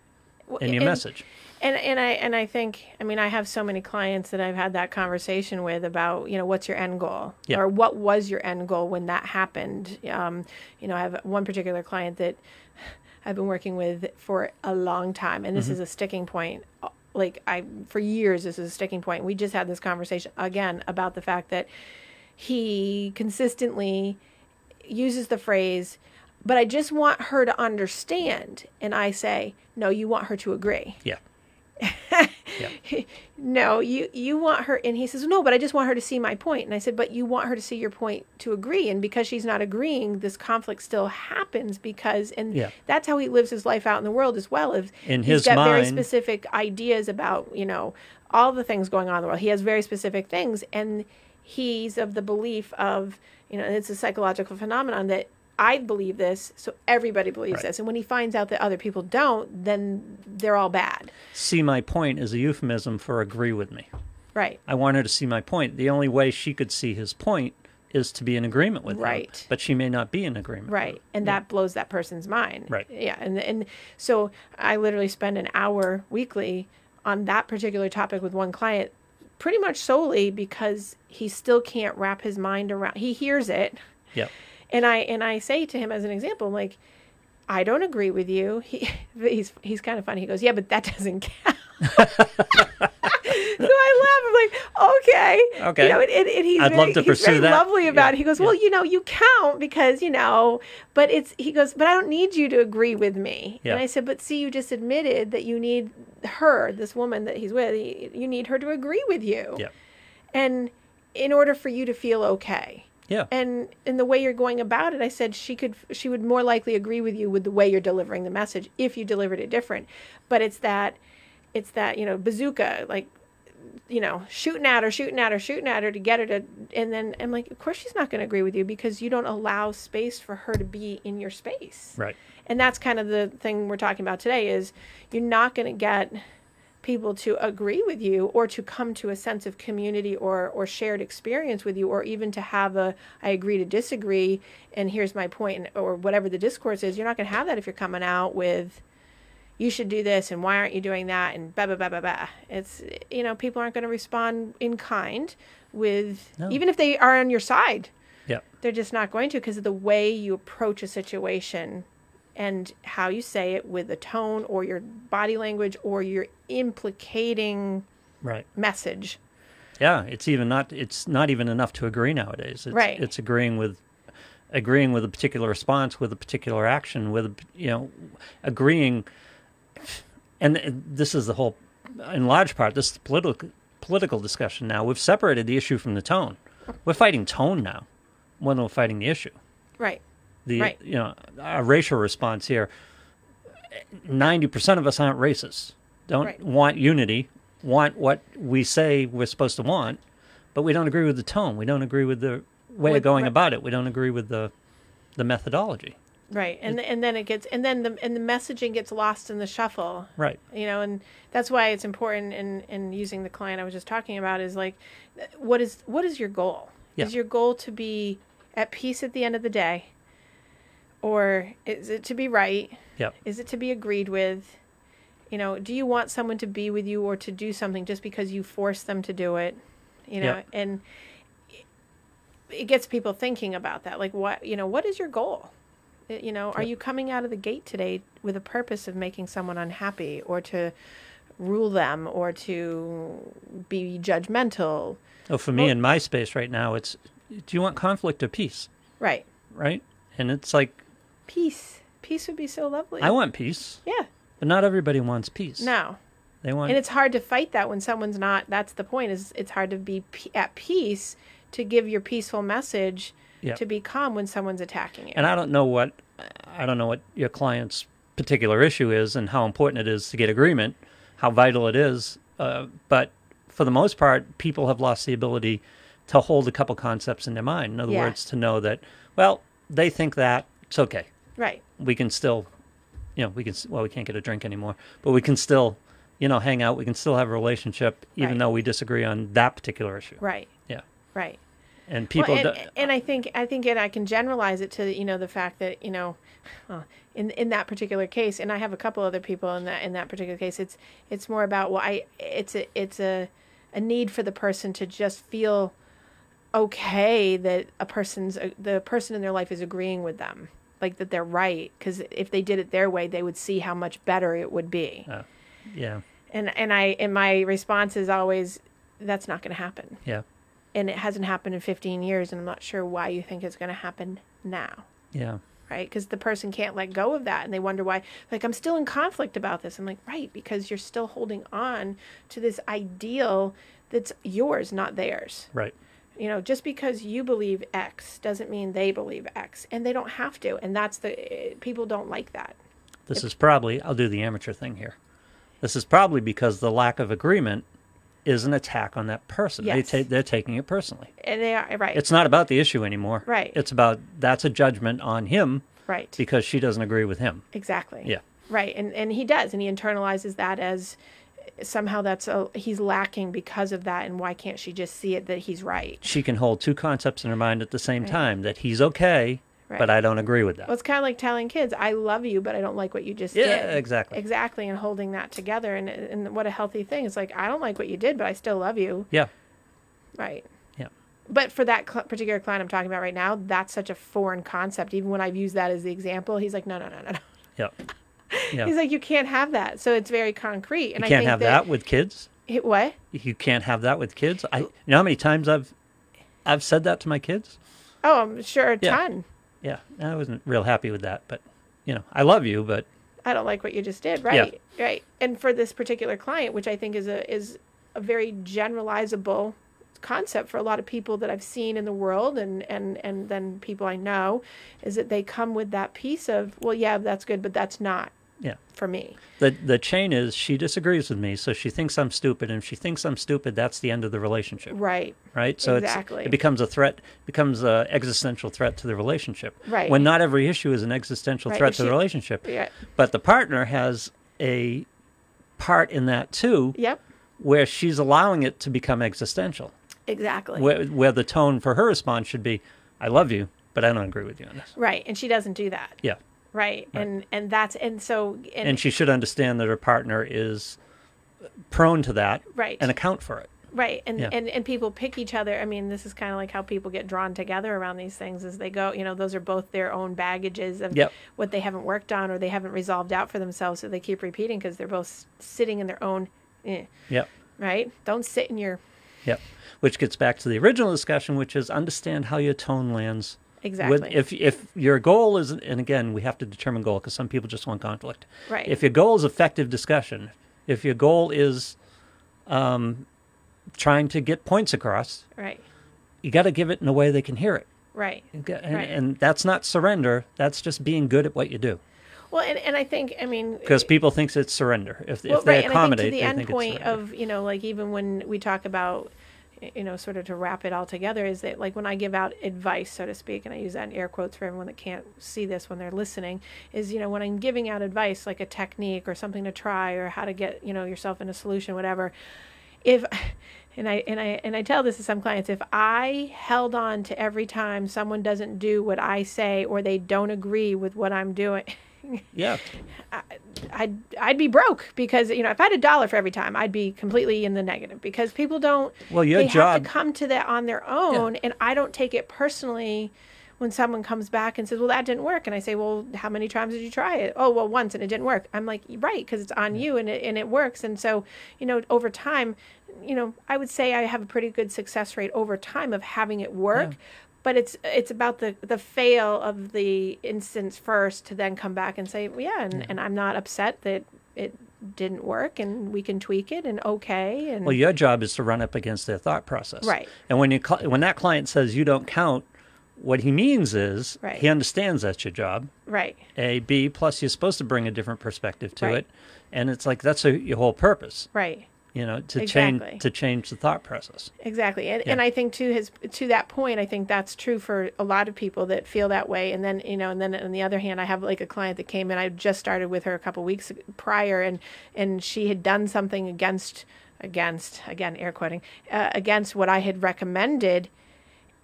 [SPEAKER 2] Well,
[SPEAKER 1] and your message.
[SPEAKER 2] And and I and I think I mean I have so many clients that I've had that conversation with about you know what's your end goal
[SPEAKER 1] Yeah.
[SPEAKER 2] or what was your end goal when that happened. Um, you know I have one particular client that I've been working with for a long time, and this is a sticking point. Like I for years this is a sticking point. We just had this conversation again about the fact that he consistently uses the phrase. But I just want her to understand. And I say, no, you want her to agree
[SPEAKER 1] Yeah.
[SPEAKER 2] no you you want her and he says no but i just want her to see my point and i said but you want her to see your point to agree and because she's not agreeing this conflict still happens because and
[SPEAKER 1] Yeah.
[SPEAKER 2] that's how he lives his life out in the world as well is
[SPEAKER 1] In
[SPEAKER 2] he's
[SPEAKER 1] his
[SPEAKER 2] got very
[SPEAKER 1] mind-
[SPEAKER 2] specific ideas about you know all the things going on in the world he has very specific things and he's of the belief of you know and it's a psychological phenomenon that I believe this, so everybody believes
[SPEAKER 1] Right.
[SPEAKER 2] this. And when he finds out that other people don't, then they're all bad.
[SPEAKER 1] See my point is a euphemism for agree with me.
[SPEAKER 2] Right.
[SPEAKER 1] I want her to see my point. The only way she could see his point is to be in agreement with him,
[SPEAKER 2] Right.
[SPEAKER 1] but she may not be in agreement.
[SPEAKER 2] Right. And that blows that person's mind.
[SPEAKER 1] Right.
[SPEAKER 2] Yeah. And and so I literally spend an hour weekly on that particular topic with one client pretty much solely because he still can't wrap his mind around he hears it
[SPEAKER 1] Yep.
[SPEAKER 2] and I and I say to him as an example, I'm like, I don't agree with you. He *laughs* he's he's kind of funny. He goes, yeah, but that *laughs* doesn't count. so I laugh. I'm like, okay,
[SPEAKER 1] Okay.
[SPEAKER 2] You know, and, and, and he's
[SPEAKER 1] I'd
[SPEAKER 2] very,
[SPEAKER 1] love to
[SPEAKER 2] he's very
[SPEAKER 1] pursue that.
[SPEAKER 2] lovely about it.
[SPEAKER 1] Yeah,
[SPEAKER 2] He goes,
[SPEAKER 1] yeah.
[SPEAKER 2] well, you know, you count because you know, but it's he goes, but I don't need you to agree with me.
[SPEAKER 1] Yeah.
[SPEAKER 2] And I said, but see, you just admitted that you need her, this woman that he's with, you- you need her to agree with you.
[SPEAKER 1] Yeah.
[SPEAKER 2] And in order for you to feel okay
[SPEAKER 1] Yeah.
[SPEAKER 2] and in the way you're going about it i said she could she would more likely agree with you with the way you're delivering the message if you delivered it different but it's that it's that you know bazooka like you know shooting at her shooting at her shooting at her to get her to and then i'm like of course she's not going to agree with you because you don't allow space for her to be in your space
[SPEAKER 1] right.
[SPEAKER 2] and that's kind of the thing we're talking about today is you're not going to get people to agree with you or to come to a sense of community or or shared experience with you or even to have a I agree to disagree and here's my point and- or whatever the discourse is you're not going to have that if you're coming out with you should do this and why aren't you doing that and blah blah blah blah blah it's you know people aren't going to respond in kind with
[SPEAKER 1] No.
[SPEAKER 2] even if they are on your side
[SPEAKER 1] Yep.
[SPEAKER 2] they're just not going to because of the way you approach a situation and how you say it with the tone or your body language or your implicating
[SPEAKER 1] Right.
[SPEAKER 2] message.
[SPEAKER 1] Yeah. It's even not. It's not even enough to agree nowadays. It's,
[SPEAKER 2] Right.
[SPEAKER 1] It's agreeing with, agreeing with a particular response, with a particular action, with a, you know, agreeing. And th- this is the whole, in large part, this is the political political discussion. Now we've separated the issue from the tone. We're fighting tone now, more than we're fighting the issue.
[SPEAKER 2] Right.
[SPEAKER 1] the
[SPEAKER 2] Right.
[SPEAKER 1] you know our racial response here. Ninety percent of us aren't racists. Don't
[SPEAKER 2] Right.
[SPEAKER 1] want unity. Want what we say we're supposed to want, but we don't agree with the tone. We don't agree with the way
[SPEAKER 2] With-
[SPEAKER 1] of going
[SPEAKER 2] right.
[SPEAKER 1] about it. We don't agree with the the methodology.
[SPEAKER 2] Right. And and then it gets and then the and the messaging gets lost in the shuffle.
[SPEAKER 1] Right.
[SPEAKER 2] You know, and that's why it's important in in using the client I was just talking about is like what is what is your goal?
[SPEAKER 1] Yeah.
[SPEAKER 2] Is your goal to be at peace at the end of the day? Or is it to be right?
[SPEAKER 1] Yep.
[SPEAKER 2] Is it to be agreed with? You know, do you want someone to be with you or to do something just because you force them to do it? You know,
[SPEAKER 1] Yeah.
[SPEAKER 2] and it- it gets people thinking about that. Like, what, you know, what is your goal? It- You know, are you coming out of the gate today with a purpose of making someone unhappy or to rule them or to be judgmental?
[SPEAKER 1] Oh, for me
[SPEAKER 2] Well-
[SPEAKER 1] in my space right now, it's do you want conflict or peace?
[SPEAKER 2] Right.
[SPEAKER 1] Right. And it's like
[SPEAKER 2] Peace. Peace would be so lovely.
[SPEAKER 1] I want peace,
[SPEAKER 2] yeah.
[SPEAKER 1] but not everybody wants peace.
[SPEAKER 2] No.
[SPEAKER 1] They want
[SPEAKER 2] and it's hard to fight that when someone's not that's the point is it's hard to be p- at peace to give your peaceful message
[SPEAKER 1] Yeah.
[SPEAKER 2] to be calm when someone's attacking you
[SPEAKER 1] and I don't know what I don't know what your client's particular issue is and how important it is to get agreement, how vital it is. Uh, but for the most part, people have lost the ability to hold a couple concepts in their mind. In other
[SPEAKER 2] Yeah.
[SPEAKER 1] words, to know that well they think that it's okay.
[SPEAKER 2] Right.
[SPEAKER 1] We can still, you know, we can, s- well, we can't get a drink anymore, but we can still, you know, hang out. We can still have a relationship, even
[SPEAKER 2] Right.
[SPEAKER 1] though we disagree on that particular issue.
[SPEAKER 2] Right.
[SPEAKER 1] Yeah.
[SPEAKER 2] Right.
[SPEAKER 1] And people,
[SPEAKER 2] well, and,
[SPEAKER 1] do-
[SPEAKER 2] and I think I think and I can generalize it to you know the fact that you know uh, in in that particular case and I have a couple other people in that in that particular case it's it's more about well I it's a it's a a need for the person to just feel okay that a person's uh, the person in their life is agreeing with them like that they're right because if they did it their way they would see how much better it would be
[SPEAKER 1] yeah,
[SPEAKER 2] and and I and my response is always that's not going to happen
[SPEAKER 1] yeah,
[SPEAKER 2] and it hasn't happened in 15 years and i'm not sure why you think it's going to happen now
[SPEAKER 1] yeah,
[SPEAKER 2] right because the person can't let go of that and they wonder why like i'm still in conflict about this i'm like right because you're still holding on to this ideal that's yours not theirs
[SPEAKER 1] right.
[SPEAKER 2] you know just because you believe x doesn't mean they believe x and they don't have to and that's the eh, people don't like that
[SPEAKER 1] This is probably, I'll do the amateur thing here. This is probably because the lack of agreement is an attack on that person.
[SPEAKER 2] Yes.
[SPEAKER 1] They ta- they're taking it personally.
[SPEAKER 2] and they are right
[SPEAKER 1] It's not about the issue anymore.
[SPEAKER 2] Right.
[SPEAKER 1] It's about that's a judgment on him
[SPEAKER 2] right
[SPEAKER 1] because she doesn't agree with him.
[SPEAKER 2] Exactly.
[SPEAKER 1] Yeah.
[SPEAKER 2] Right. And and he does, and he internalizes that as somehow that's a he's lacking because of that, and why can't she just see it that he's right?
[SPEAKER 1] She can hold two concepts in her mind at the same time that he's okay, but
[SPEAKER 2] Right.
[SPEAKER 1] I don't agree with that.
[SPEAKER 2] Well, it's kind of like telling kids, "I love you, but I don't like what you just
[SPEAKER 1] Yeah,
[SPEAKER 2] did."
[SPEAKER 1] exactly.
[SPEAKER 2] Exactly, and holding that together, and and what a healthy thing. It's like I don't like what you did, but I still love you.
[SPEAKER 1] yeah.
[SPEAKER 2] Right.
[SPEAKER 1] Yeah.
[SPEAKER 2] But for that cl- particular client I'm talking about right now, that's such a foreign concept. Even when I've used that as the example, he's like, "No, no, no, no, no."
[SPEAKER 1] Yeah. Yeah.
[SPEAKER 2] He's like, "You can't have that." So it's very concrete, and
[SPEAKER 1] you
[SPEAKER 2] I
[SPEAKER 1] can't
[SPEAKER 2] think
[SPEAKER 1] have that with kids.
[SPEAKER 2] It, what?
[SPEAKER 1] You can't have that with kids. I you know how many times I've I've said that to my kids?
[SPEAKER 2] Oh, I'm sure a
[SPEAKER 1] Yeah.
[SPEAKER 2] ton.
[SPEAKER 1] Yeah. I wasn't real happy with that, but you know, I love you, but
[SPEAKER 2] I don't like what you just did, right? Right. And for this particular client, which I think is a is a very generalizable concept for a lot of people that I've seen in the world and and and then people I know is that they come with that piece of, well, yeah, that's good, but that's not
[SPEAKER 1] yeah.
[SPEAKER 2] for me.
[SPEAKER 1] The the chain is she disagrees with me, so she thinks I'm stupid, and if she thinks I'm stupid, that's the end of the relationship.
[SPEAKER 2] Right.
[SPEAKER 1] right? So
[SPEAKER 2] Exactly.
[SPEAKER 1] it's, it becomes a threat, becomes an existential threat to the relationship.
[SPEAKER 2] Right.
[SPEAKER 1] When not every issue is an existential
[SPEAKER 2] Right,
[SPEAKER 1] threat
[SPEAKER 2] if
[SPEAKER 1] to the
[SPEAKER 2] she-
[SPEAKER 1] relationship,
[SPEAKER 2] Yeah.
[SPEAKER 1] but the partner has a part in that too,
[SPEAKER 2] Yep.
[SPEAKER 1] where she's allowing it to become existential,
[SPEAKER 2] Exactly.
[SPEAKER 1] where, where the tone for her response should be, "I love you, but I don't agree with you on this."
[SPEAKER 2] right. And she doesn't do that.
[SPEAKER 1] Yeah,
[SPEAKER 2] Right. And and that's and so and,
[SPEAKER 1] and she should understand that her partner is prone to that,
[SPEAKER 2] Right.
[SPEAKER 1] and account for it.
[SPEAKER 2] Right. And,
[SPEAKER 1] Yeah.
[SPEAKER 2] and and people pick each other. I mean, this is kind of like how people get drawn together around these things as they go, you know, those are both their own baggages of
[SPEAKER 1] Yep.
[SPEAKER 2] what they haven't worked on or they haven't resolved out for themselves, so they keep repeating because they're both s- sitting in their own eh,
[SPEAKER 1] Yep.
[SPEAKER 2] right? Don't sit in your
[SPEAKER 1] Yep. Which gets back to the original discussion, which is understand how your tone lands. with-
[SPEAKER 2] Exactly.
[SPEAKER 1] if if your goal is, and again, we have to determine goal because some people just want conflict.
[SPEAKER 2] Right.
[SPEAKER 1] If your goal is effective discussion, if your goal is um, trying to get points across,
[SPEAKER 2] right.
[SPEAKER 1] you got to give it in a way they can hear it.
[SPEAKER 2] Right.
[SPEAKER 1] You got- And,
[SPEAKER 2] Right.
[SPEAKER 1] and that's not surrender. That's just being good at what you do.
[SPEAKER 2] Well, and, and I think I mean
[SPEAKER 1] Because people think it's surrender. If, if they accommodate,
[SPEAKER 2] and I
[SPEAKER 1] they
[SPEAKER 2] think to the
[SPEAKER 1] think
[SPEAKER 2] end
[SPEAKER 1] it's
[SPEAKER 2] point
[SPEAKER 1] surrender.
[SPEAKER 2] of you know, like even when we talk about, you know, sort of to wrap it all together, is that like when I give out advice, so to speak, and I use that in air quotes for everyone that can't see this when they're listening, is you know when I'm giving out advice, like a technique or something to try or how to get you know yourself in a solution, whatever. If *laughs* and I and I and I tell this to some clients, if I held on to every time someone doesn't do what I say or they don't agree with what I'm doing.
[SPEAKER 1] yeah,
[SPEAKER 2] I'd I'd be broke because you know if I had a dollar for every time I'd be completely in the negative because people don't
[SPEAKER 1] Well, your
[SPEAKER 2] they have
[SPEAKER 1] job-
[SPEAKER 2] to come to that on their own and I don't take it personally when someone comes back and says well that didn't work and I say well how many times did you try it oh well once and it didn't work I'm like right because it's on you and it and it works and so you know over time you know I would say I have a pretty good success rate over time of having it work but it's it's about the the fail of the instance first to then come back and say well, yeah and, and i'm not upset that it didn't work and we can tweak it and okay and
[SPEAKER 1] Well, your job is to run up against their thought process.
[SPEAKER 2] Mm-hmm. Right.
[SPEAKER 1] And when you cl- when that client says you don't count, what he means is
[SPEAKER 2] Right.
[SPEAKER 1] he understands that's your job.
[SPEAKER 2] right
[SPEAKER 1] A B plus you're supposed to bring a different perspective to
[SPEAKER 2] Right.
[SPEAKER 1] it, and it's like that's a, your whole purpose.
[SPEAKER 2] right
[SPEAKER 1] you know, to
[SPEAKER 2] Exactly.
[SPEAKER 1] change to change the thought process.
[SPEAKER 2] Exactly. And,
[SPEAKER 1] Yeah.
[SPEAKER 2] and I think to his to that point, I think that's true for a lot of people that feel that way. And then you know, and then on the other hand, I have like a client that came in. I just started with her a couple weeks prior, and and she had done something against against again air quoting uh, against what I had recommended.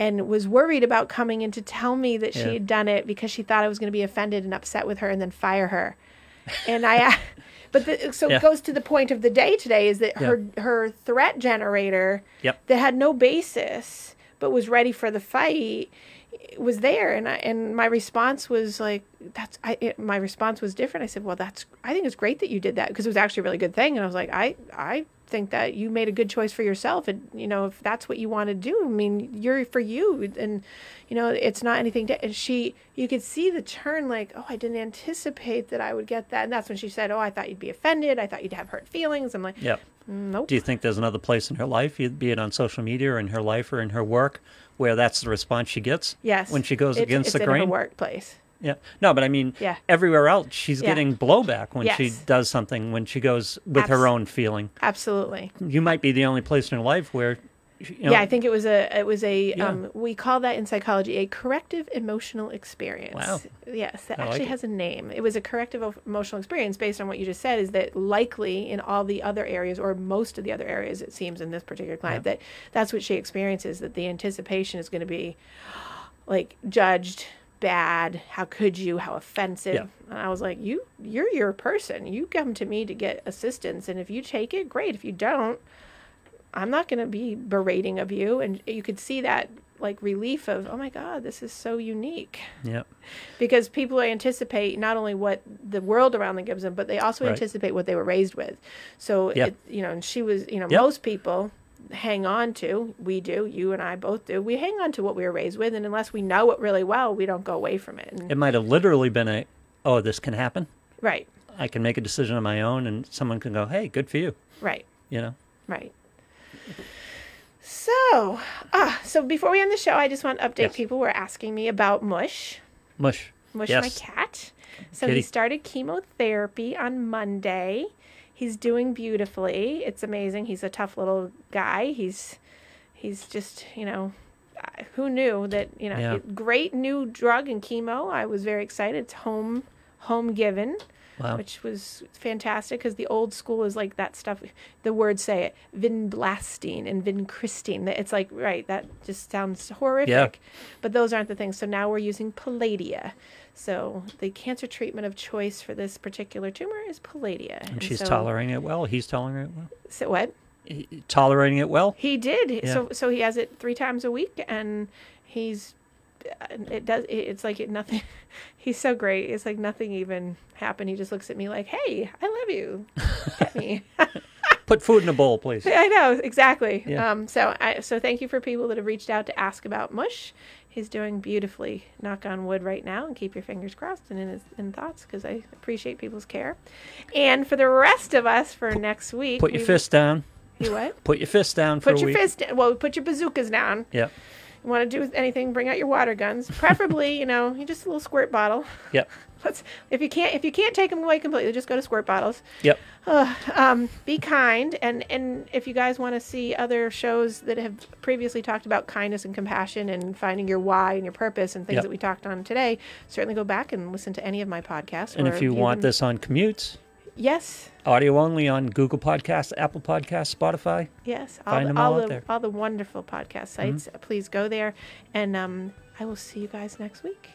[SPEAKER 2] And was worried about coming in to tell me that she
[SPEAKER 1] Yeah.
[SPEAKER 2] had done it because she thought I was going to be offended and upset with her and then fire her. And
[SPEAKER 1] *laughs*
[SPEAKER 2] I, but the, so
[SPEAKER 1] Yeah.
[SPEAKER 2] it goes to the point of the day today is that
[SPEAKER 1] Yeah.
[SPEAKER 2] her her threat generator
[SPEAKER 1] Yep.
[SPEAKER 2] that had no basis but was ready for the fight was there and I, and my response was like that's I it, my response was different I said well that's I think it's great that you did that because it was actually a really good thing and I was like I I think that you made a good choice for yourself and you know if that's what you want to do I mean you're for you and you know it's not anything to, and she you could see the turn like oh I didn't anticipate that I would get that and that's when she said oh I thought you'd be offended I thought you'd have hurt feelings I'm like
[SPEAKER 1] Yep.
[SPEAKER 2] nope
[SPEAKER 1] Do you think there's another place in her life, e- be it on social media or in her life or in her work, where that's the response she gets?
[SPEAKER 2] Yes.
[SPEAKER 1] When she goes
[SPEAKER 2] It's-
[SPEAKER 1] against
[SPEAKER 2] it's
[SPEAKER 1] the
[SPEAKER 2] in
[SPEAKER 1] grain?
[SPEAKER 2] her workplace.
[SPEAKER 1] Yeah. No, but I mean,
[SPEAKER 2] Yeah.
[SPEAKER 1] everywhere else, she's
[SPEAKER 2] Yeah.
[SPEAKER 1] getting blowback when she
[SPEAKER 2] Yes.
[SPEAKER 1] does something, when she goes with her
[SPEAKER 2] Abs-
[SPEAKER 1] own feeling.
[SPEAKER 2] Absolutely.
[SPEAKER 1] You might be the only place in her life where. You know,
[SPEAKER 2] yeah, I think it was a it was a
[SPEAKER 1] Yeah.
[SPEAKER 2] um, we call that in psychology a corrective emotional experience.
[SPEAKER 1] Wow.
[SPEAKER 2] Yes, that
[SPEAKER 1] I like
[SPEAKER 2] actually
[SPEAKER 1] it.
[SPEAKER 2] has a name. It was a corrective of- emotional experience based on what you just said is that likely in all the other areas or most of the other areas it seems in this particular client that that's what she experiences that the anticipation is going to be *gasps* like judged bad how could you how offensive
[SPEAKER 1] Yeah.
[SPEAKER 2] and i was like you you're your person you come to me to get assistance and if you take it great if you don't i'm not going to be berating of you and you could see that like relief of oh my god this is so unique
[SPEAKER 1] Yeah.
[SPEAKER 2] because people anticipate not only what the world around them gives them but they also
[SPEAKER 1] Right.
[SPEAKER 2] anticipate what they were raised with so
[SPEAKER 1] Yeah.
[SPEAKER 2] it, you know and she was you know
[SPEAKER 1] Yep.
[SPEAKER 2] most people hang on to we do you and i both do we hang on to what we were raised with and unless we know it really well we don't go away from it and,
[SPEAKER 1] It might have literally been a, oh, this can happen.
[SPEAKER 2] right
[SPEAKER 1] I can make a decision on my own, and someone can go, hey, good for you.
[SPEAKER 2] right
[SPEAKER 1] You know?
[SPEAKER 2] Right. So, ah, so before we end the show, I just want to update
[SPEAKER 1] Yes.
[SPEAKER 2] people. Were asking me about Mush,
[SPEAKER 1] Mush.
[SPEAKER 2] Mush
[SPEAKER 1] yes.
[SPEAKER 2] my cat. So
[SPEAKER 1] Kitty.
[SPEAKER 2] he started chemotherapy on Monday. He's doing beautifully. It's amazing. He's a tough little guy. He's he's just you know I- who knew that you know
[SPEAKER 1] Yeah.
[SPEAKER 2] he- great new drug and chemo. I was very excited. It's home home given
[SPEAKER 1] Wow.
[SPEAKER 2] which was fantastic because the old school is like that stuff. The words say it, vinblastine and vincristine. That- It's like right, that just sounds horrific. But those aren't the things. So now we're using palladia. So the cancer treatment of choice for this particular tumor is palladia.
[SPEAKER 1] and she's
[SPEAKER 2] so,
[SPEAKER 1] tolerating it well. He's tolerating it well.
[SPEAKER 2] So what?
[SPEAKER 1] He- tolerating it well.
[SPEAKER 2] He did.
[SPEAKER 1] Yeah.
[SPEAKER 2] So so he has it three times a week, and he's it does it- it's like it nothing *laughs* he's so great it's like nothing even happened he just looks at me like hey i love you pet
[SPEAKER 1] *laughs*
[SPEAKER 2] me
[SPEAKER 1] Put food in a bowl, please.
[SPEAKER 2] *laughs* I know exactly.
[SPEAKER 1] Yeah.
[SPEAKER 2] Um, so I so thank you for people that have reached out to ask about Mush. He's doing beautifully. Knock on wood right now, and keep your fingers crossed and in his in thoughts because I appreciate people's care. And for the rest of us for next week,
[SPEAKER 1] Put your
[SPEAKER 2] we-
[SPEAKER 1] fist down.
[SPEAKER 2] You what?
[SPEAKER 1] Put your fist down *laughs* for
[SPEAKER 2] Put
[SPEAKER 1] a
[SPEAKER 2] your
[SPEAKER 1] week.
[SPEAKER 2] fist. Well, put your bazookas down.
[SPEAKER 1] Yep.
[SPEAKER 2] You want to do anything? Bring out your water guns, preferably. *laughs* you know, you just a little squirt bottle. *laughs*
[SPEAKER 1] Yep.
[SPEAKER 2] Let's. If you can't, if you can't take them away completely, just go to squirt bottles.
[SPEAKER 1] Yep.
[SPEAKER 2] Ugh, um, be kind, and and if you guys want to see other shows that have previously talked about kindness and compassion and finding your why and your purpose and things
[SPEAKER 1] Yep.
[SPEAKER 2] that we talked on today, certainly go back and listen to any of my podcasts.
[SPEAKER 1] And
[SPEAKER 2] or
[SPEAKER 1] if you want
[SPEAKER 2] even-
[SPEAKER 1] this on commutes,
[SPEAKER 2] yes,
[SPEAKER 1] audio only on Google Podcasts, Apple Podcasts, Spotify.
[SPEAKER 2] yes, all
[SPEAKER 1] Find
[SPEAKER 2] the,
[SPEAKER 1] them
[SPEAKER 2] all,
[SPEAKER 1] all out
[SPEAKER 2] the
[SPEAKER 1] there. Mm-hmm.
[SPEAKER 2] all the wonderful podcast sites, please go there, and um, I will see you guys next week.